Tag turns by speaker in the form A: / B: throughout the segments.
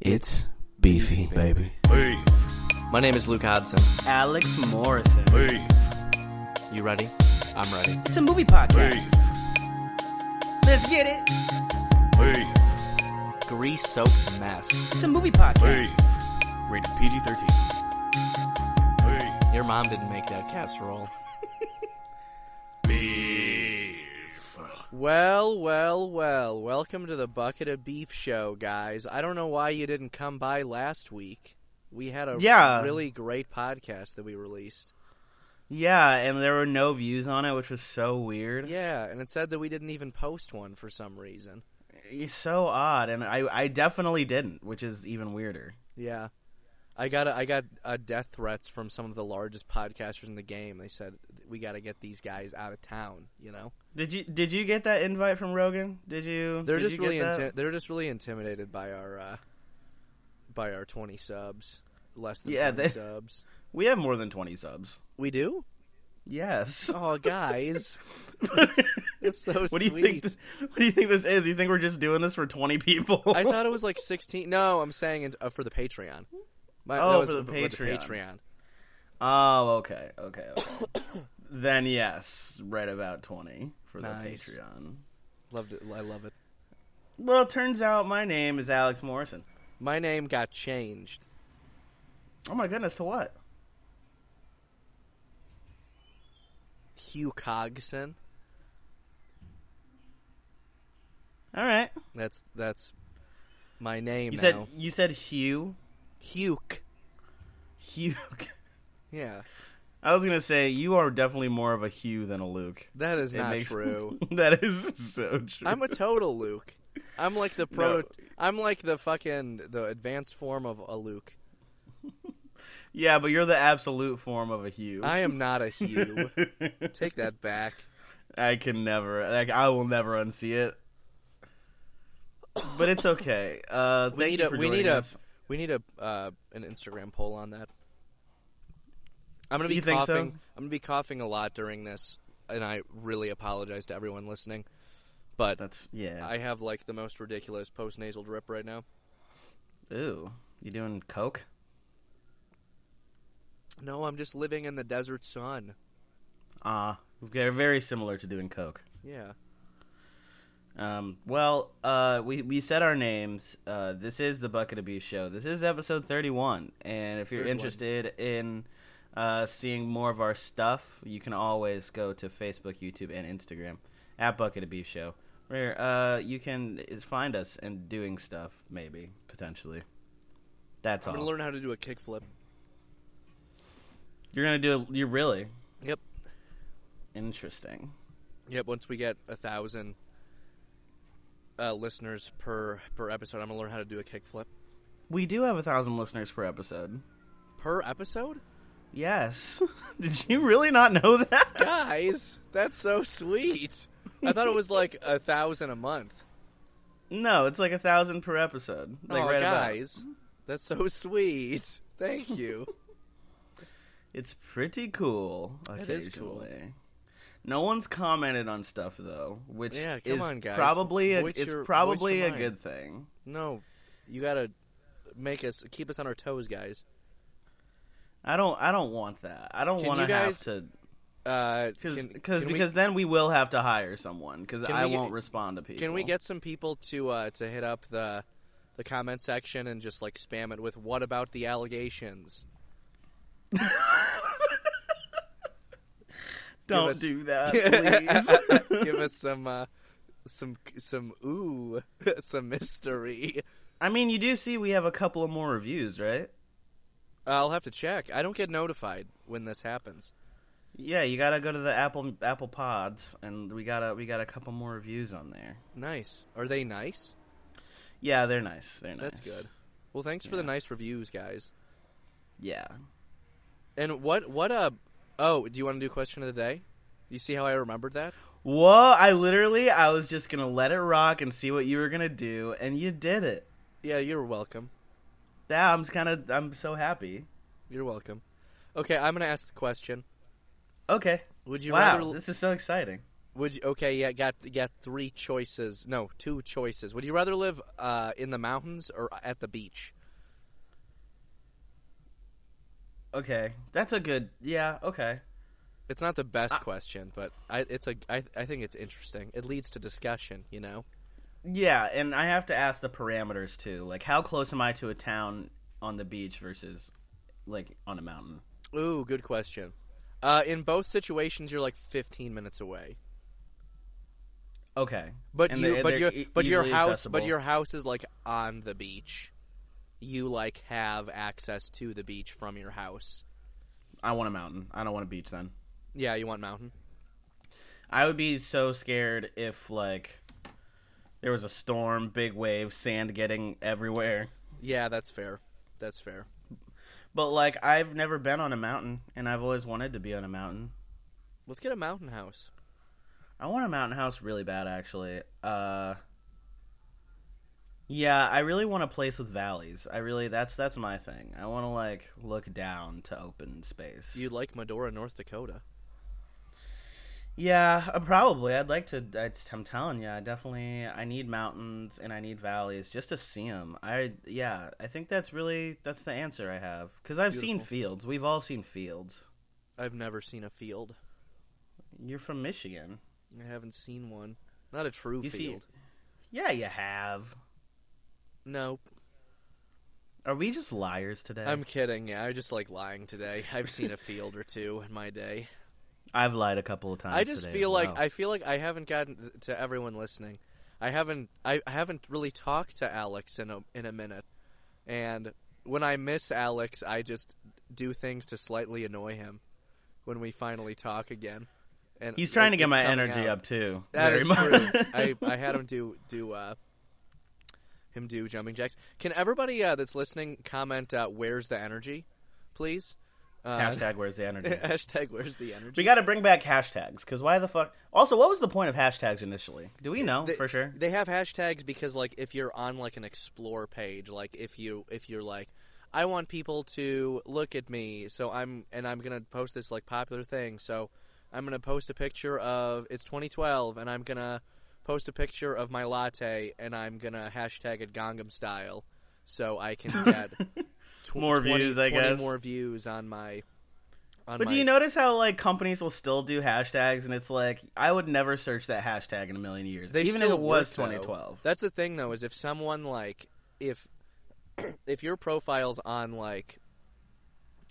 A: It's beefy, baby.
B: My name is Luke Hodson.
C: Alex Morrison.
B: You ready? I'm ready.
C: It's a movie podcast. Let's get it.
B: Grease soaked mess.
C: It's a movie podcast.
B: Rated PG 13. Your mom didn't make that casserole.
D: Well, well, well. Welcome to the Bucket of Beef show, guys. I don't know why you didn't come by last week. We had a
C: Yeah.
D: really great podcast that we released.
C: Yeah, and there were no views on it, which was so weird.
D: Yeah, and it said that we didn't even post one for some reason.
C: It's so odd, and I, I definitely didn't, which is even weirder.
D: Yeah. I got a, I got uh, death threats from some of the largest podcasters in the game. They said we got to get these guys out of town, you know.
C: Did you did you get that invite from Rogan? Did you?
D: They're
C: did
D: just
C: you get
D: really
C: that?
D: inti- they're just really intimidated by our uh, by our 20 subs, less than
C: Yeah,
D: 20
C: they-
D: subs.
C: We have more than twenty subs.
D: We do?
C: Yes.
D: Oh, guys. It's so
C: what do you think?
D: sweet.
C: th- what do you think this is? You think we're just doing this for twenty people?
D: I thought it was like 16. No, I'm saying it, uh, for the Patreon. My,
C: Oh,
D: that was
C: for the
D: with
C: Patreon.
D: Patreon.
C: Oh, okay, okay, okay. then yes, right about twenty for
D: Nice.
C: the Patreon.
D: Loved it. I love it.
C: Well, it turns out my name is Alex Morrison.
D: My name got changed.
C: Oh my goodness, to what?
D: Hugh Cogson.
C: All right.
D: That's that's my name
C: You
D: now.
C: said you said Hugh.
D: Hugh.
C: Hugh.
D: Yeah,
C: I was gonna say you are definitely more of a Hugh than a Luke.
D: that is
C: It
D: not
C: makes-
D: true.
C: that is so true.
D: I'm a total Luke. I'm like the proto.
C: No.
D: I'm like the fucking the advanced form of a Luke.
C: yeah, but you're the absolute form of a Hugh.
D: I am not a Hugh. Take that back.
C: I can never. Like I will never unsee it. But it's okay. Uh,
D: We
C: thank
D: need
C: you
D: a
C: for
D: we
C: joining
D: need a
C: us.
D: we need a uh, an Instagram poll on that. I'm gonna be
C: You think so?
D: coughing. I'm gonna be coughing a lot during this, and I really apologize to everyone listening. But
C: That's yeah.
D: I have like the most ridiculous post nasal drip right now.
C: Ooh, you doing coke?
D: No, I'm just living in the desert sun.
C: Ah, uh, very similar to doing coke.
D: Yeah.
C: Um, well, uh, we we said our names. Uh, this is the Bucket of Beef Show. This is episode thirty-one, and if you're
D: 31.
C: interested in uh, seeing more of our stuff, you can always go to Facebook, YouTube, and Instagram at Bucket of Beef Show, where uh, you can is- find us and doing stuff, maybe potentially. That's
D: I'm
C: all.
D: gonna learn how to do a kickflip.
C: you're gonna do. You're really
D: Yep.
C: interesting.
D: Yep. Once we get a thousand uh, listeners per per episode, I'm gonna learn how to do a kickflip
C: We do have a thousand listeners per episode.
D: per episode.
C: Yes. Did you really not know that?
D: Guys, that's so sweet. I thought it was like a thousand a month.
C: No, it's like a thousand per episode. Like
D: oh,
C: right about.
D: guys, that's so sweet. Thank you.
C: It's pretty cool.
D: It is cool.
C: occasionally. No one's commented on stuff though, which
D: Yeah, come
C: is
D: on, guys.
C: probably a,
D: Voice
C: it's
D: your- voice
C: probably
D: your
C: a
D: mind.
C: good thing.
D: no, you gotta make us keep us on our toes, guys.
C: I don't I don't want that. I don't
D: Can
C: want
D: you
C: to have
D: guys-
C: to
D: Uh,
C: cuz
D: can-
C: because
D: can we-
C: then we will have to hire someone cuz
D: Can
C: I
D: we get-
C: won't respond to people.
D: Can we get some people to uh, to hit up the the comment section and just like spam it with what about the allegations?
C: Don't
D: us-
C: do that, please.
D: Give us some uh, some some ooh some mystery.
C: I mean, you do see we have a couple of more reviews, right?
D: I'll have to check. I don't get notified when this happens.
C: Yeah, you got to go to the Apple Apple Pods and we got to we got a couple more reviews on there.
D: Nice. Are they nice?
C: Yeah, they're nice. They're nice.
D: That's good. Well, thanks for the
C: Yeah.
D: nice reviews, guys.
C: Yeah.
D: And what what uh oh, do you want to do question of the day? You see how I remembered that?
C: Whoa, I literally I was just gonna let it rock and see what you were gonna do, and you did it.
D: Yeah, you're welcome.
C: Yeah, I'm kinda I'm so happy.
D: You're welcome. Okay, I'm going to ask the question.
C: Okay.
D: Would you
C: wow,
D: rather
C: this is so exciting.
D: Would you, okay, yeah, got got three choices. No, two choices. Would you rather live uh, in the mountains or at the beach?
C: Okay, that's a good. Yeah. Okay.
D: It's not the best
C: I-
D: question, but I it's a I, I think it's interesting. It leads to discussion, you know.
C: Yeah, and I have to ask the parameters too. Like, how close am I to a town on the beach versus like on a mountain?
D: Ooh, good question. Uh, in both situations, you're like 15 minutes away.
C: Okay.
D: But
C: And
D: you,
C: they-
D: but
C: they're
D: your,
C: e-
D: but your
C: easily
D: house, but
C: accessible.
D: your house is like on the beach. You like have access to the beach from your house.
C: I want a mountain. I don't want a beach then.
D: Yeah, you want mountain?
C: I would be so scared if like there was a storm, big waves, sand getting everywhere.
D: Yeah, that's fair. That's fair.
C: But like I've never been on a mountain and I've always wanted to be on a mountain.
D: Let's get a mountain house.
C: I want a mountain house really bad actually. Uh Yeah, I really want a place with valleys. I really that's that's my thing. I want to like look down to open space.
D: You like Medora, North Dakota?
C: Yeah, uh, probably. I'd like to. I'd, I'm telling you, I definitely. I need mountains and I need valleys just to see them. I yeah. I think that's really that's the answer I have because I've seen
D: Beautiful.
C: fields. We've all seen fields.
D: I've never seen a field.
C: You're from Michigan.
D: I haven't seen one. Not a true
C: You see-
D: field.
C: Yeah, you have.
D: No,
C: Are we just liars today?
D: I'm kidding. Yeah, I just like lying today. I've seen a field or two in my day.
C: I've lied a couple of times.
D: I just
C: today
D: feel
C: as
D: like
C: well.
D: I feel like I haven't gotten to everyone listening. I haven't I, I haven't really talked to Alex in a in a minute, and when I miss Alex, I just do things to slightly annoy him when we finally talk again. And
C: He's trying to
D: it-
C: get
D: it's
C: my
D: coming
C: energy
D: out.
C: up too.
D: That
C: very
D: is
C: much.
D: true. I, I had him do do uh, him do jumping jacks. Can everybody uh, that's listening comment uh, where's the energy, please? Uh,
C: Hashtag where's the energy?
D: hashtag where's the energy?
C: We got to bring back hashtags because why the fuck? Also, what was the point of hashtags initially? Do we know
D: They-
C: for sure?
D: They have hashtags because like if you're on like an explore page, like if you if you're like I want people to look at me, so I'm and I'm going to post this like popular thing. So I'm going to post a picture of it's 2012 and I'm going to post a picture of my latte and I'm going to hashtag it Gangnam style so I can get tw-
C: More views, I
D: 20
C: guess.
D: more views on my on
C: But
D: my
C: do you notice how like companies will still do hashtags, and it's like I would never search that hashtag in a million years,
D: They
C: even if
D: still
C: it was
D: work, though.
C: 2012.
D: That's the thing though, is if someone like if if your profile's on like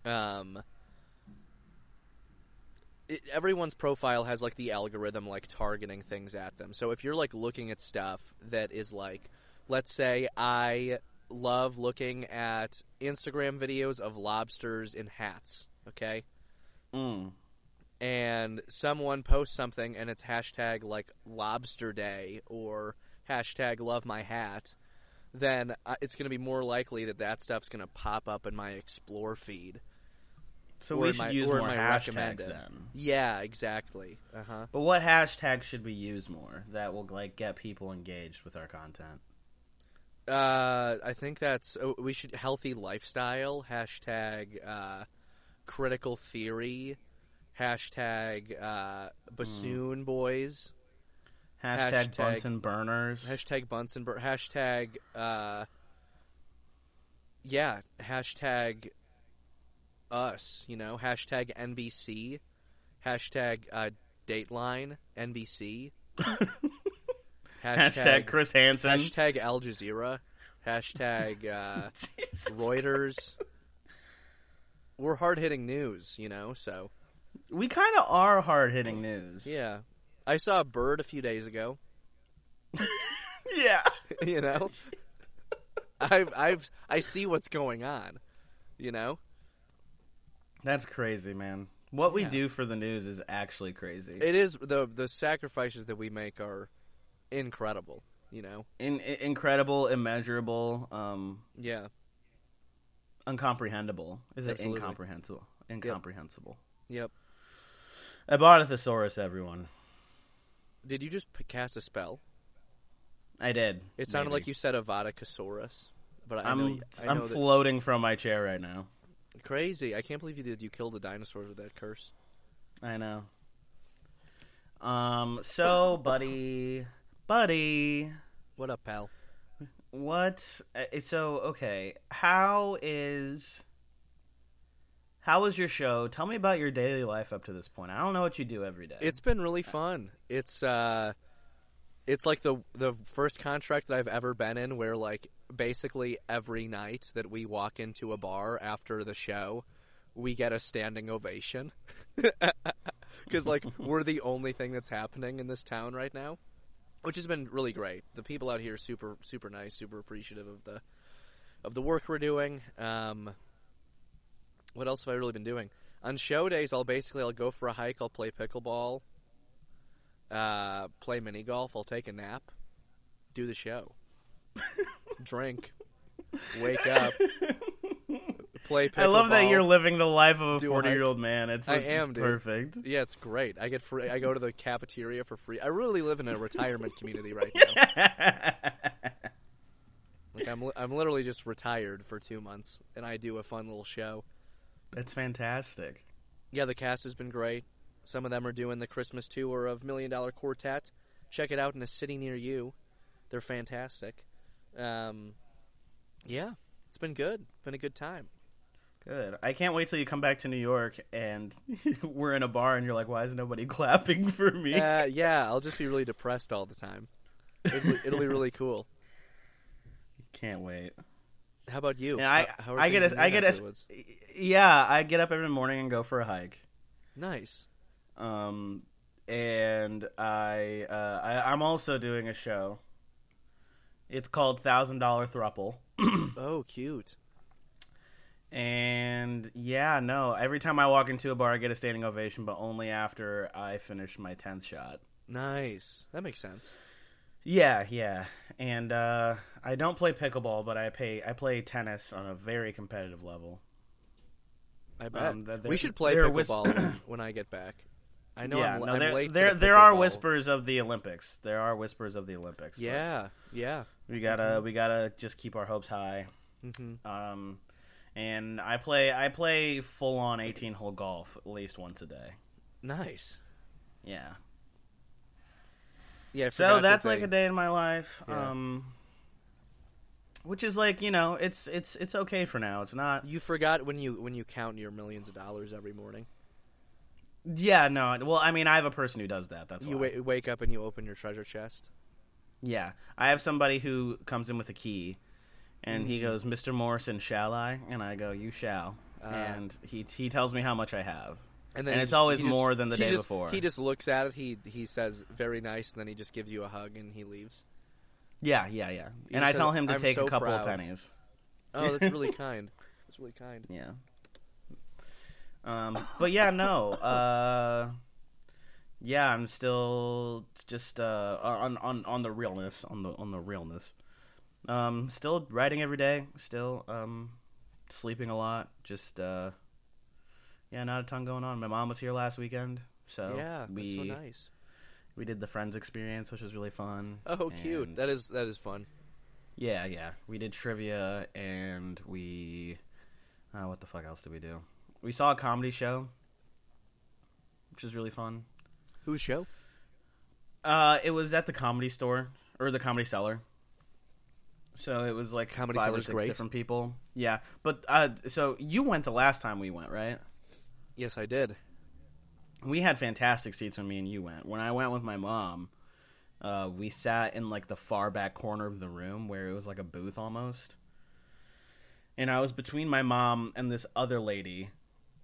D: um it, everyone's profile has like the algorithm like targeting things at them. So if you're like looking at stuff that is like let's say I love looking at Instagram videos of lobsters in hats, okay?
C: Mm.
D: and someone posts something and it's hashtag like lobster day or hashtag love my hat, then uh, it's going to be more likely that that stuff's going to pop up in my explore feed.
C: So
D: Or
C: we
D: am
C: should
D: I-
C: use
D: or
C: more
D: am I
C: hashtags
D: recommended?
C: then.
D: Yeah, exactly. Uh huh.
C: But what hashtags should we use more that will like get people engaged with our content?
D: Uh, I think that's oh, we should healthy lifestyle hashtag uh, critical theory hashtag uh, bassoon boys
C: Hashtag,
D: Hashtag-
C: Bunsen burners.
D: Hashtag Bunsen bur- Hashtag. Uh, yeah. Hashtag. Us. You know. Hashtag NBC. Hashtag uh, Dateline NBC.
C: hashtag, Chris Hansen.
D: Hashtag Al Jazeera. Hashtag uh, Reuters. We're hard hitting news, you know. So
C: we kind of are hard hitting news.
D: Oh, yeah, I saw a bird a few days ago.
C: yeah.
D: you know i've i've i see what's going on you know
C: That's crazy, man. What we
D: Yeah.
C: do for the news is actually crazy.
D: it is the the sacrifices that we make are incredible you know
C: in- i- incredible, immeasurable, um,
D: yeah
C: uncomprehendable. Is it
D: Absolutely.
C: incomprehensible? Incomprehensible.
D: yep
C: I bought a thesaurus, everyone.
D: did you just p- cast a spell
C: I did.
D: it sounded
C: baby.
D: like you said avadacosaurus but i
C: I'm
D: know, y- I know
C: I'm
D: that-
C: floating from my chair right now.
D: crazy i can't believe you did you killed the dinosaurs with that curse
C: I know. Um, so, buddy, buddy,
D: What up, pal?
C: what? uh, So, okay, how is how was your show? Tell me about your daily life up to this point. I don't know what you do every day.
D: It's been really fun. It's uh it's like the the first contract that I've ever been in where like basically every night that we walk into a bar after the show, we get a standing ovation. Cuz like we're the only thing that's happening in this town right now, which has been really great. The people out here are super super nice, super appreciative of the of the work we're doing. Um what else have I really been doing? On show days, I'll basically I'll go for a hike. I'll play pickleball, uh, play mini golf. I'll take a nap, do the show, drink, wake up, play pickleball.
C: I love that you're living the life of a
D: Do a hike.
C: 40 year old man. It's,
D: I
C: it's, it's
D: am, dude.
C: perfect.
D: Yeah, it's great. I get free. I go to the cafeteria for free. I really live in a retirement community right now. Like I'm, li- I'm literally just retired for two months, and I do a fun little show.
C: That's fantastic.
D: Yeah, the cast has been great. Some of them are doing the Christmas tour of Million Dollar Quartet. Check it out in a city near you. They're fantastic. Um, yeah, it's been good. Been a good time.
C: Good. I can't wait till you come back to New York and we're in a bar and you're like, why is nobody clapping for me?
D: Uh, yeah, I'll just be really depressed all the time. It'll, be- it'll be really cool.
C: can't wait.
D: How about you?
C: And I,
D: How- how are
C: I get,
D: things in
C: a,
D: your
C: I get,
D: neck of the
C: a,
D: woods?
C: yeah, I get up every morning and go for a hike.
D: nice.
C: Um, and I, uh, I, I'm also doing a show. It's called Thousand Dollar Thruple.
D: Oh, cute.
C: And yeah, no, every time I walk into a bar, I get a standing ovation, but only after I finish my 10th shot.
D: Nice. That makes sense.
C: Yeah, yeah. And uh, I don't play pickleball, but I pay I play tennis on a very competitive level.
D: I bet
C: Um, th-
D: we
C: there-
D: should play
C: there are whis-
D: pickleball when- when I get back. I know
C: yeah,
D: I'm,
C: no,
D: I'm
C: there
D: late. to
C: there,
D: the
C: there are
D: pickleball.
C: whispers of the Olympics. There are whispers of the Olympics. but
D: Yeah, Mm-hmm. yeah.
C: we gotta we gotta just keep our hopes high.
D: hmm
C: Um, and I play I play full on eighteen hole golf at least once a day.
D: Nice.
C: Yeah.
D: Yeah. I forgot
C: So
D: that
C: that's like
D: they-
C: a day in my life.
D: Yeah.
C: Um, which is like you know it's it's it's okay for now. It's not
D: You forgot when you when you count your millions of dollars every morning.
C: Yeah, no. Well, I mean, I have a person who does that. That's
D: you
C: why.
D: wa- wake up and you open your treasure chest.
C: Yeah, I have somebody who comes in with a key, and
D: Mm-hmm.
C: he goes, "Mr. Morrison, shall I?" And I go, "You shall."
D: Ah.
C: and he he tells me how much I have.
D: And
C: And
D: he
C: it's always
D: he
C: more than the
D: he
C: day
D: just-
C: before.
D: He just looks at it. He he says very nice, and then he just gives you a hug and he leaves.
C: Yeah, yeah, yeah.
D: He
C: And I
D: says,
C: tell him to
D: "I'm
C: take
D: so
C: a couple
D: proud."
C: of pennies.
D: Oh, that's really kind. That's really kind.
C: Yeah. Um, but yeah, no. Uh, yeah, I'm still just uh, on on on the realness, on the on the realness. Um, still writing every day. Still um, sleeping a lot. Just uh, yeah, not a ton going on. My mom was here last weekend, so
D: yeah,
C: we
D: that's so nice.
C: we did the friends experience, which was really fun.
D: Oh, cute.
C: And-
D: That is that is fun.
C: yeah, yeah. We did trivia and we. Uh, what the fuck else did we do? We saw a comedy show, which was really fun.
D: Whose show?
C: Uh, it was at the comedy store or the comedy cellar. So it was like
D: Comedy
C: five or
D: Cellar's
C: six
D: great.
C: different people. Yeah, but uh, so you went the last time we went, right?
D: Yes, I did.
C: we had fantastic seats when me and you went. When I went with my mom, uh, we sat in like the far back corner of the room where it was like a booth almost. And I was between my mom and this other lady,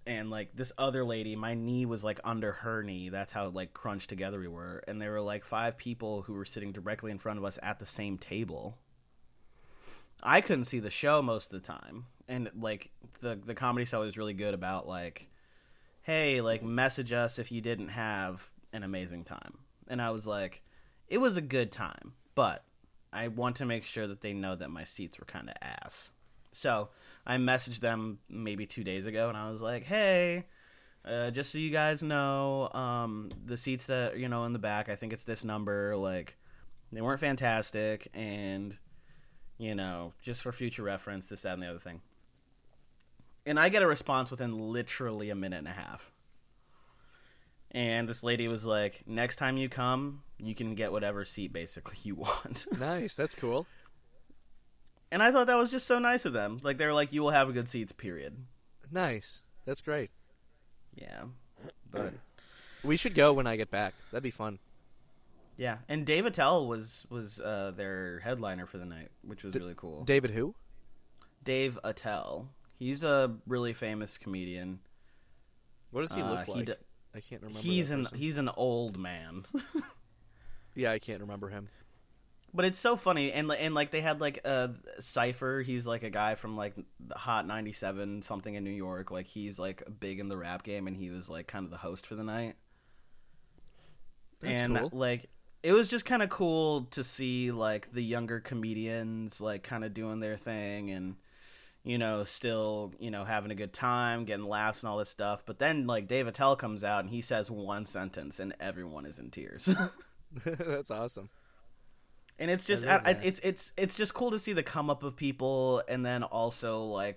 C: and like this other lady, my knee was like under her knee. That's how like crunched together we were. And there were like five people who were sitting directly in front of us at the same table. I couldn't see the show most of the time, and like the the comedy seller is really good about like hey, like message us if you didn't have an amazing time. And I was like, it was a good time, but I want to make sure that they know that my seats were kind of ass. So I messaged them maybe two days ago and I was like, hey, uh, just so you guys know, um, the seats that, you know, in the back, I think it's this number, like, they weren't fantastic. And, you know, just for future reference, this, that, and the other thing. And I get a response within literally a minute and a half. and this lady was like, "Next time you come, you can get whatever seat basically you want."
D: Nice. That's cool.
C: and I thought that was just so nice of them. Like they were like, "You will have a good seats." Period.
D: Nice. That's great.
C: Yeah, but
D: We should go when I get back. That'd be fun.
C: yeah. And Dave Attell was was uh, their headliner for the night, which was really cool.
D: David, who?
C: Dave Attell. He's a really famous comedian.
D: What does he
C: Uh,
D: look
C: he
D: like?
C: d-
D: I can't remember.
C: he's
D: that
C: an
D: person.
C: he's an old man.
D: Yeah, I can't remember him.
C: But it's so funny, and li- and like they had like a cipher. He's like a guy from like the Hot ninety seven something in New York. Like he's like big in the rap game, and he was like kind of the host for the night.
D: That's
C: and
D: cool.
C: like it was just kind of cool to see like the younger comedians like kind of doing their thing and you know still you know having a good time getting laughs and all this stuff but then like dave attell comes out and he says one sentence and everyone is in tears
D: That's awesome.
C: and it's just I,
D: love
C: I,
D: that.
C: it's it's it's just cool to see the come up of people and then also like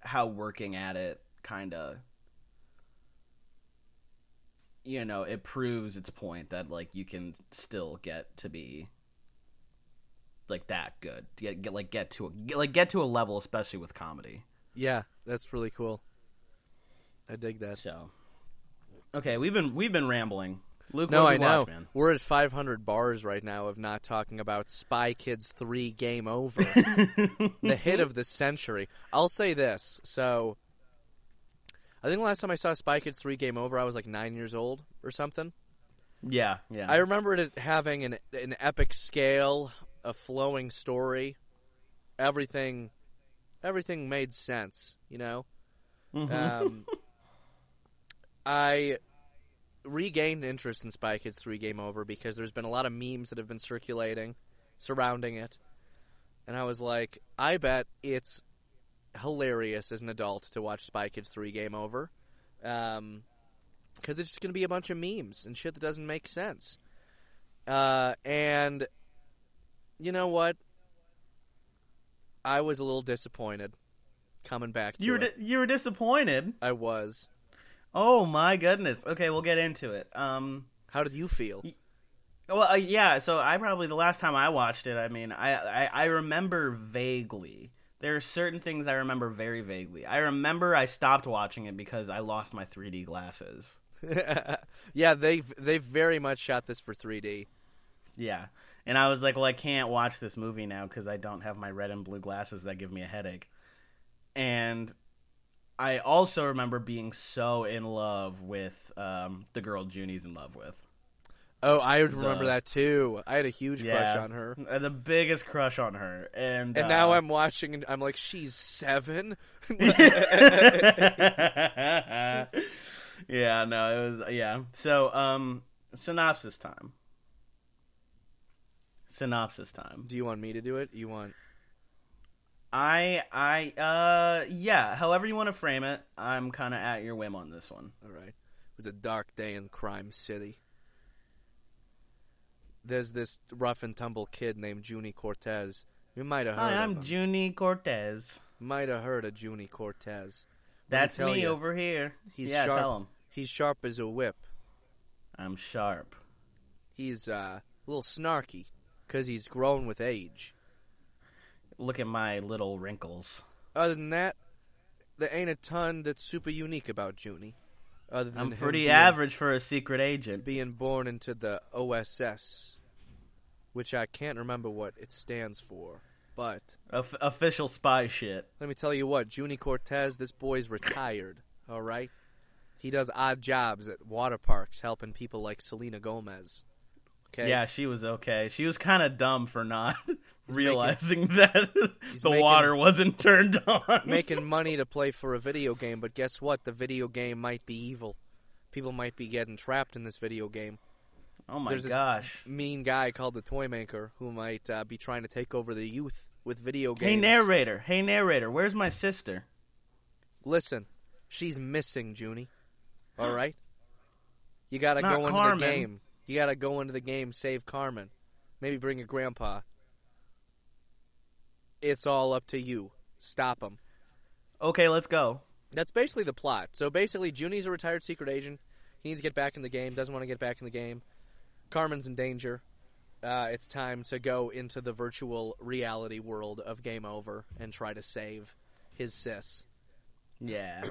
C: how working at it kind of you know it proves its point that like you can still get to be like that good To get, get like get to a get, like get to a level especially with comedy
D: Yeah, that's really cool. I dig that.
C: so okay we've been we've been rambling luke
D: No,
C: what
D: I
C: did we
D: know.
C: watch, man
D: We're at 500 bars right now of not talking about Spy Kids 3 Game Over. the hit of the century. I'll say this. So, I think the last time I saw Spy Kids 3 Game Over, I was like nine years old or something.
C: yeah yeah
D: I remembered it having an, an epic scale, a flowing story. Everything, everything made sense, you know?
C: Mm-hmm.
D: Um, I regained interest in Spy Kids 3 Game Over because there's been a lot of memes that have been circulating surrounding it. And I was like, I bet it's hilarious as an adult to watch Spy Kids 3 Game Over. Um, because it's just going to be a bunch of memes and shit that doesn't make sense. Uh, and you know what? I was a little disappointed coming back to
C: you were
D: it.
C: di- you were disappointed
D: I was.
C: oh my goodness okay we'll get into it um
D: How did you feel?
C: Well, uh, yeah. So I probably the last time I watched it, I mean, I, I I remember vaguely. There are certain things I remember very vaguely. I remember I stopped watching it because I lost my 3D glasses.
D: yeah, they they very much shot this for 3D.
C: Yeah, and I was like, well, I can't watch this movie now because I don't have my red and blue glasses that give me a headache. And I also remember being so in love with um, the girl Junie's in love with.
D: Oh, I remember
C: The-
D: that too. I had a huge crush
C: Yeah.
D: on her.
C: Uh, The biggest crush on her, and
D: And
C: uh,
D: now I'm watching and I'm like, she's seven?
C: yeah, no, it was yeah. So, um synopsis time. Synopsis time.
D: do you want me to do it? You want
C: I I uh yeah, however you want to frame it, I'm kind of at your whim on this one.
D: all right. It was a dark day in Crime City. There's this rough and tumble kid named Junie Cortez. You might have heard
C: Hi,
D: of
C: I'm
D: him.
C: Junie Cortez.
D: might have heard of Junie Cortez. Let
C: That's
D: tell
C: me
D: ya,
C: over here.
D: He's
C: yeah,
D: sharp.
C: tell him.
D: He's sharp as a whip.
C: I'm sharp.
D: He's uh, a little snarky because he's grown with age.
C: Look at my little wrinkles.
D: Other than that, there ain't a ton that's super unique about Junie. Other than
C: I'm
D: him
C: pretty
D: being-
C: average for a secret agent.
D: Being born into the OSS, which I can't remember what it stands for, but
C: Of- official spy shit.
D: let me tell you what, Junie Cortez, this boy's retired. All right, he does odd jobs at water parks, helping people like Selena Gomez. Okay,
C: Yeah, she was okay. She was kind of dumb for not
D: making-
C: realizing that the
D: making-
C: water wasn't turned on.
D: making money to play for a video game, but guess what? The video game might be evil. People might be getting trapped in this video game.
C: oh my
D: there's this-
C: gosh.
D: Mean guy called the Toy Maker who might uh, be trying to take over the youth with video games.
C: Hey narrator, hey narrator, where's my sister?
D: Listen, she's missing, Junie. All right? You gotta
C: Not
D: go into
C: Carmen.
D: the game. You gotta go into the game, save Carmen. Maybe bring your grandpa. It's all up to you. Stop him.
C: Okay, let's go.
D: That's basically the plot. So basically, Junie's a retired secret agent. He needs to get back in the game. Doesn't want to get back in the game. Carmen's in danger. Uh, it's time to go into the virtual reality world of Game Over and try to save his sis.
C: Yeah.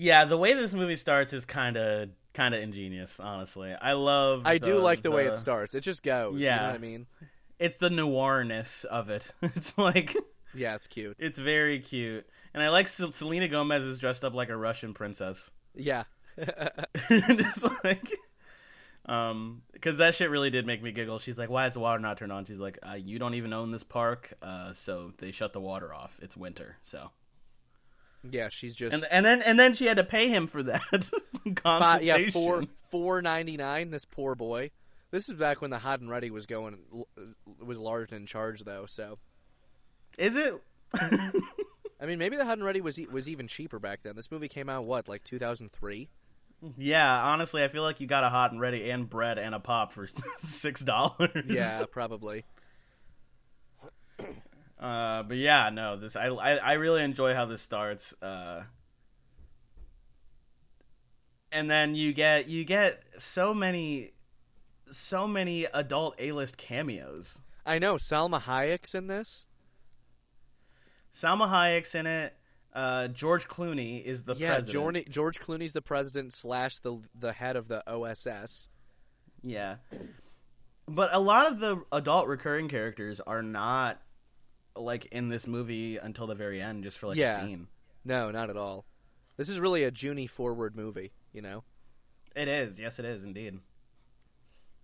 C: Yeah, the way this movie starts is kind of kind of ingenious, honestly. I love
D: I do like the, way it starts. It just goes. You know
C: Yeah.
D: what I mean?
C: It's the noirness of it. It's like
D: Yeah, it's cute.
C: it's very cute. And I like Sel- Selena Gomez is dressed up like a Russian princess.
D: Yeah.
C: Just like um cuz that shit really did make me giggle. She's like, "Why is the water not turned on?" She's like, uh, "You don't even own this park, uh, so they shut the water off. It's winter." So
D: yeah, she's just
C: and, and then and then she had to pay him for that
D: Fi-
C: consultation.
D: yeah, four four ninety nine. This poor boy. This is back when the hot and ready was going was large and in charge though. So
C: Is it?
D: I mean, maybe the hot and ready was e- was even cheaper back then. This movie came out what like two thousand three.
C: yeah, honestly, I feel like you got a hot and ready and bread and a pop for six dollars.
D: Yeah, probably.
C: Uh, but yeah, no, this I, I I really enjoy how this starts. Uh, and then you get you get so many, so many adult A list cameos.
D: I know Salma Hayek's in this.
C: Salma Hayek's in it. Uh, George Clooney is the
D: yeah, George,
C: president.
D: George Clooney's the president slash the the head of the OSS.
C: Yeah. But a lot of the adult recurring characters are not like in this movie until the very end, just for like
D: Yeah.
C: a scene.
D: No, not at all. This is really a Junie forward movie. You know.
C: It is, yes, it is indeed.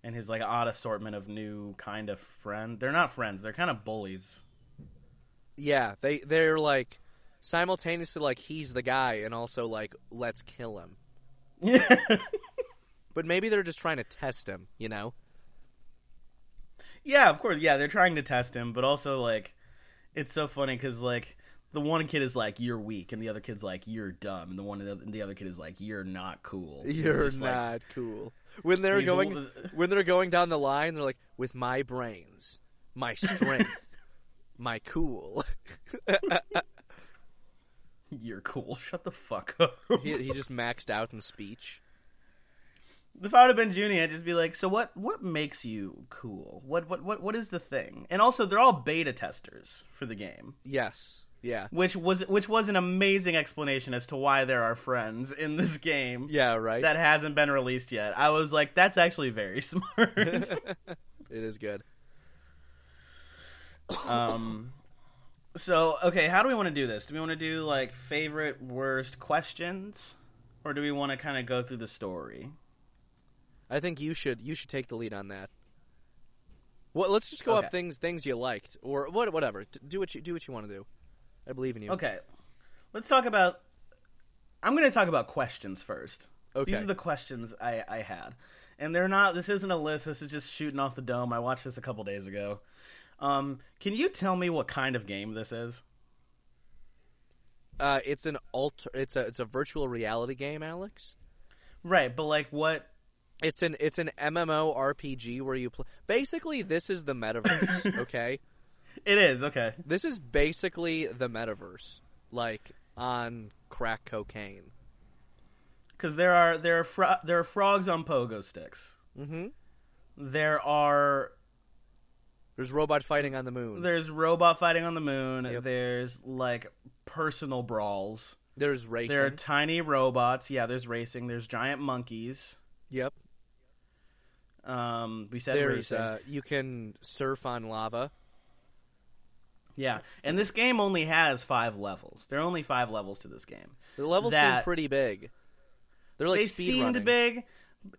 C: And his like odd assortment of new kind of friend. They're not friends. They're kind of bullies.
D: Yeah, they they're like simultaneously like he's the guy and also like let's kill him. But maybe they're just trying to test him, you know?
C: yeah, of course. Yeah, they're trying to test him, but also like, it's so funny because like the one kid is like you're weak, and the other kid's like you're dumb, and the one and the other kid is like you're not cool. It's
D: You're
C: just, like,
D: not cool. When they're
C: He's a
D: going
C: little-
D: when they're going down the line, they're like with my brains, my strength, my cool.
C: you're cool. Shut the fuck up.
D: He, he just maxed out in speech.
C: If I would have been Junie, I'd just be like, "So what? What makes you cool? What? What? What? What is the thing?" And also, they're all beta testers for the game,
D: Yes. Yeah.
C: which was which was an amazing explanation as to why there are friends in this game
D: Yeah, right.
C: that hasn't been released yet. I was like, "That's actually very smart."
D: it is good.
C: um, so okay, how do we want to do this? Do we want to do like favorite worst questions, or do we want to kind of go through the story?
D: I think you should you should take the lead on that. Well, let's just go
C: Okay.
D: off things things you liked or what whatever. D- Do what you do what you want to do. I believe in you.
C: Okay. Let's talk about. I'm going to talk about questions first.
D: Okay.
C: These are the questions I, I had. And they're not. This isn't a list. This is just shooting off the dome. I watched this a couple days ago. Um, can you tell me what kind of game this is?
D: Uh, it's an alter. It's a it's a virtual reality game, Alex.
C: Right, but like what?
D: It's an it's an MMO RPG where you play. Basically, this is the metaverse. okay,
C: It is okay.
D: this is basically the metaverse, like on crack cocaine.
C: Because there are there are fro- there are frogs on pogo sticks.
D: Mm-hmm.
C: There are
D: There's robot fighting on the moon.
C: there's robot fighting on the moon.
D: Yep.
C: There's like personal brawls.
D: There's racing.
C: There are tiny robots. Yeah, there's racing. There's giant monkeys.
D: yep.
C: Um, we said
D: There's
C: racing.
D: uh, you can surf on lava.
C: yeah, and this game only has five levels. There are only five levels to this game.
D: The levels seem
C: That-
D: pretty big. They're like
C: they
D: speed
C: seemed
D: running.
C: big.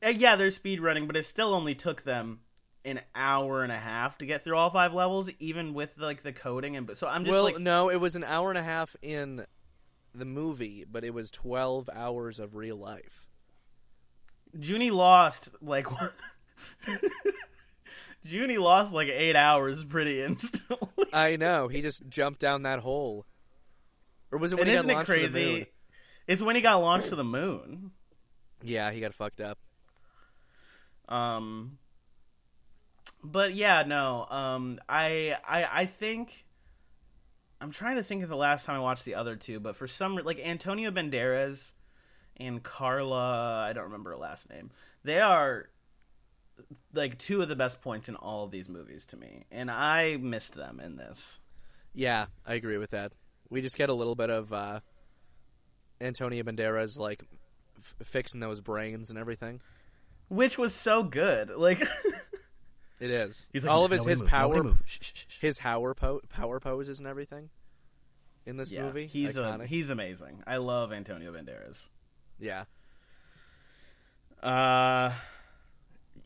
C: Uh, yeah, they're speed running, but it still only took them an hour and a half to get through all five levels, even with like the coding and. So I'm just
D: Well,
C: like,
D: no, it was an hour and a half in the movie, but it was twelve hours of real life.
C: Junie lost like. Junie lost like eight hours pretty instantly.
D: I know. He just jumped down that hole. Or was it when
C: and
D: he got
C: isn't it
D: launched to the moon?
C: crazy? It's when he got launched to the moon.
D: Yeah, he got fucked up.
C: Um, but yeah, no. Um, I I I think I'm trying to think of the last time I watched the other two, but for some re- like Antonio Banderas and Carla, I don't remember her last name. They are like two of the best points in all of these movies to me, and I missed them in this.
D: Yeah, I agree with that. We just get a little bit of uh, Antonio Banderas like f- fixing those brains and everything.
C: Which was so good. Like
D: It is.
C: He's like,
D: All of his
A: Nobody
D: his
A: move, nobody
D: power
A: move. Shh, shh, shh, shh.
D: his power po- power poses and everything in this
C: yeah,
D: movie.
C: he's uh,
D: Iconic.
C: a, he's amazing. I love Antonio Banderas.
D: yeah.
C: Uh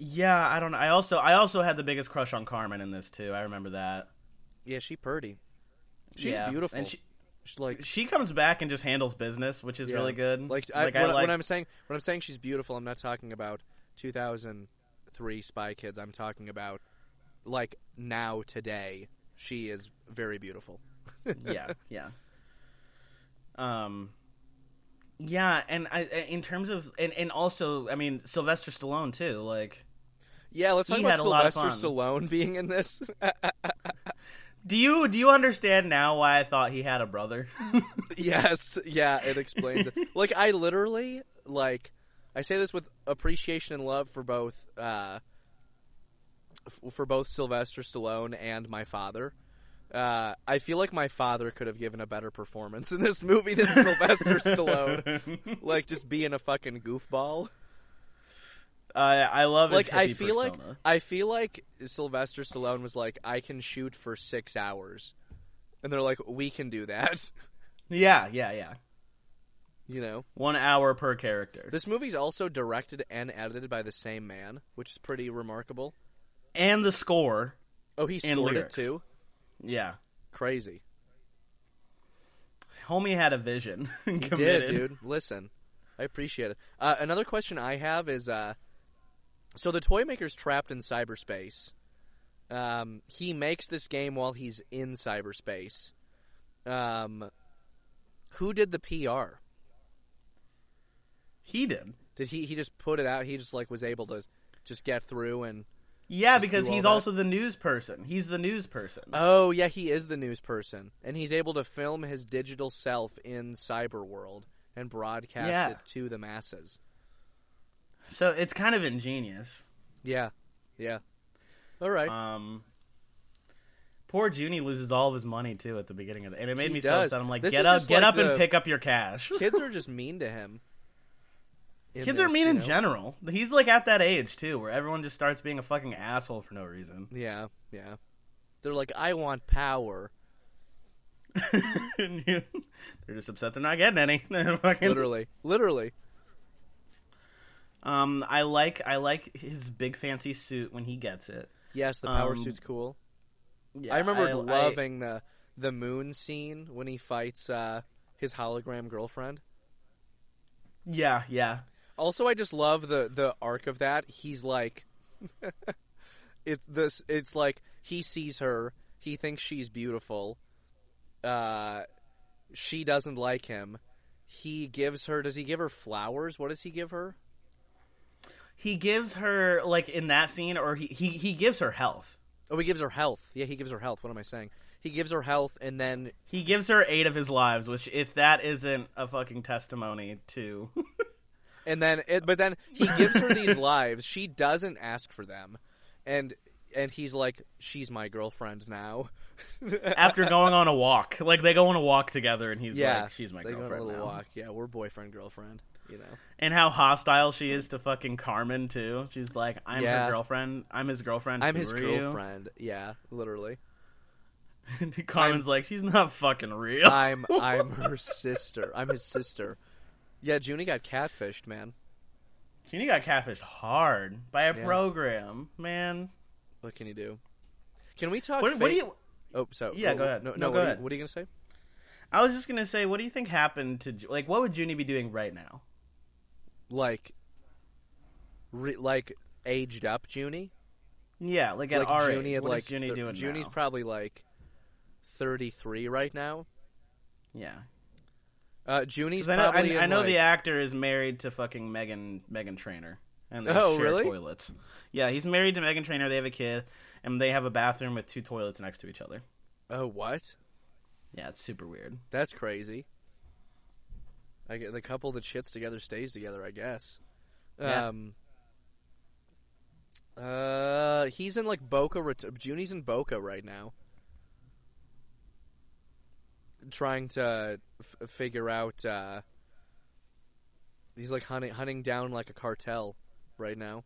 C: yeah, I don't know. I also I also had the biggest crush on Carmen in this too. I remember that.
D: Yeah, she purdy. She's
C: Yeah,
D: beautiful.
C: And she,
D: She's like
C: she comes back and just handles business, which is
D: yeah.
C: really good.
D: Like, I, when, I- when I'm saying when I'm saying she's beautiful, I'm not talking about 2003 Spy Kids. I'm talking about like now today. She is very beautiful.
C: yeah, yeah. Um, yeah, and I I- in terms of and and also, I mean, Sylvester Stallone too. Like,
D: Yeah, let's talk
C: He
D: about
C: had a lot of
D: Sylvester Stallone being in this.
C: do you do you understand now why I thought he had a brother?
D: yes, yeah, it explains it. Like I literally like I say this with appreciation and love for both uh f- for both Sylvester Stallone and my father. Uh, I feel like my father could have given a better performance in this movie than Sylvester Stallone, like just being a fucking goofball.
C: uh, I love his
D: Like I
C: hippie
D: feel like
C: persona.
D: I feel like Sylvester Stallone was like, I can shoot for six hours, and they're like, we can do that,
C: yeah, yeah, yeah.
D: you know.
C: One hour per character,
D: This movie's also directed and edited by the same man, which is pretty remarkable.
C: and the score.
D: Oh, he
C: And
D: scored it
C: lyrics.
D: too.
C: Yeah,
D: Crazy.
C: homie had a vision.
D: He did, dude. Listen, I appreciate it. Uh, another question I have is, uh, so the toy maker's trapped in cyberspace. Um, he makes this game while he's in cyberspace. Um, who did the PR?
C: He did.
D: Did he? He just put it out. He just like was able to just get through and
C: Yeah,
D: do
C: because
D: all
C: he's
D: that.
C: also the news person. He's the news person.
D: Oh yeah, he is the news person, and he's able to film his digital self in cyber world and broadcast
C: Yeah.
D: it to the masses.
C: so it's kind of ingenious.
D: Yeah, yeah. All right,
C: Um, poor Junie loses all of his money too at the beginning of the, and it made
D: He
C: me so
D: does.
C: upset. I'm like,
D: This
C: get
D: is
C: up,
D: just
C: get
D: like
C: up,
D: the-
C: and pick up your cash.
D: kids are just mean to him. in
C: Kids
D: this,
C: are mean
D: you
C: in
D: know?
C: general. He's like at that age too, where everyone just starts being a fucking asshole for no reason.
D: Yeah, yeah. They're like, I want power.
C: And you- they're just upset they're not getting any. They're fucking-
D: Literally, literally.
C: Um, I like I like his big fancy suit when he gets it.
D: Yes, the power
C: Um,
D: suit's cool.
C: Yeah,
D: I remember
C: I-
D: loving the the moon scene when he fights uh, his hologram girlfriend.
C: Yeah, yeah.
D: Also, I just love the the arc of that. He's like, it this it's like he sees her, he thinks she's beautiful. Uh, she doesn't like him. He gives her. Does he give her flowers? What does he give her?
C: He gives her like in that scene, or he he, he gives her health.
D: Oh, he gives her health. Yeah, he gives her health. What am I saying? He gives her health, and then
C: He gives her eight of his lives, which if that isn't a fucking testimony to
D: and then it, but then he gives her these lives. She doesn't ask for them, and and he's like, she's my girlfriend now.
C: after going on a walk. Like they go on a walk together and he's
D: yeah,
C: like, She's my
D: they go on a
C: girlfriend.
D: little
C: now."
D: walk. Yeah, we're boyfriend girlfriend. You know.
C: And how hostile she is to fucking Carmen too. She's like, I'm
D: Yeah.
C: her girlfriend. I'm his girlfriend.
D: I'm
C: Who
D: his
C: are you?"
D: girlfriend. Yeah, literally.
C: And Carmen's like, She's not fucking real.
D: I'm I'm her sister. I'm his sister. Yeah, Junie got catfished, man.
C: Junie got catfished hard by a
D: Yeah.
C: program, man.
D: What can you do? Can we talk?
C: What,
D: fa-
C: what do you
D: Oh, so
C: Yeah,
D: oh,
C: go ahead.
D: No, no,
C: No, go
D: what, Are
C: ahead.
D: you, what are you gonna say?
C: I was just gonna say, what do you think happened to Ju- like what would Junie be doing right now?
D: Like, re- like aged up Junie.
C: Yeah, like at
D: like
C: our
D: Junie
C: age.
D: at
C: What
D: like
C: is Junie
D: thir-
C: doing
D: Junie's
C: now?
D: probably like thirty three right now.
C: yeah.
D: Uh, Junie's
C: 'Cause I know,
D: probably.
C: I, I
D: in,
C: know
D: like,
C: the actor is married to fucking Megan Megan Trainer, and they
D: Oh,
C: share
D: really?
C: toilets. Yeah, he's married to Megan Trainer. They have a kid, and they have a bathroom with two toilets next to each other.
D: Oh, what?
C: Yeah, it's super weird.
D: That's crazy. I gue- the couple that shits together stays together, I guess.
C: Yeah.
D: Um, uh, he's in like Boca. Rat- Junie's in Boca right now, trying to f- figure out. Uh, he's like hunting hunting down like a cartel right now.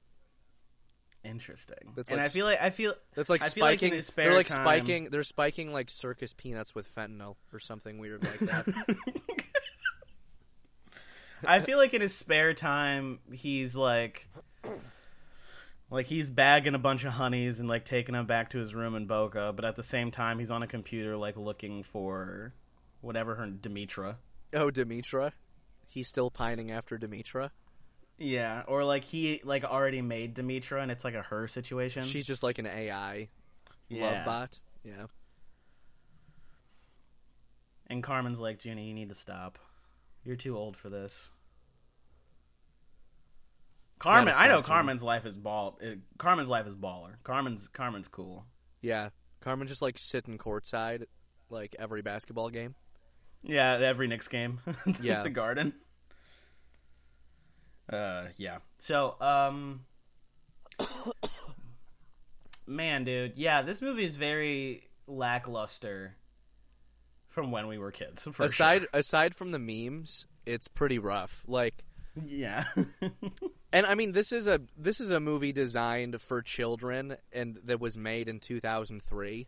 C: Interesting.
D: That's
C: and
D: like
C: I feel like I feel
D: That's like
C: I feel like in
D: spiking.
C: his spare
D: they're like
C: time-
D: spiking. They're spiking like circus peanuts with fentanyl or something weird like that.
C: I feel like in his spare time he's like like he's bagging a bunch of honeys and like taking them back to his room in Boca, but at the same time he's on a computer like looking for whatever her Demetra.
D: oh, Demetra, he's still pining after Demetra.
C: Yeah, or like he like already made Demetra and it's like a her situation.
D: She's just like an AI love
C: Yeah.
D: bot. Yeah.
C: And Carmen's like, Junie, you need to stop. You're too old for this. Carmen,
D: Gotta
C: I know
D: stop, Junie.
C: Carmen's life is ball. uh, Carmen's life is baller. Carmen's Carmen's cool.
D: Yeah. Carmen just like sitting courtside like every basketball game.
C: Yeah, at every Knicks game.
D: Yeah.
C: the Garden. Uh, yeah. So, um, man, dude, yeah, this movie is very lackluster from when we were kids. For
D: aside aside from the memes, it's pretty rough. Like
C: sure. yeah,
D: and I mean this is a this is a movie designed for children and that was made in 2003.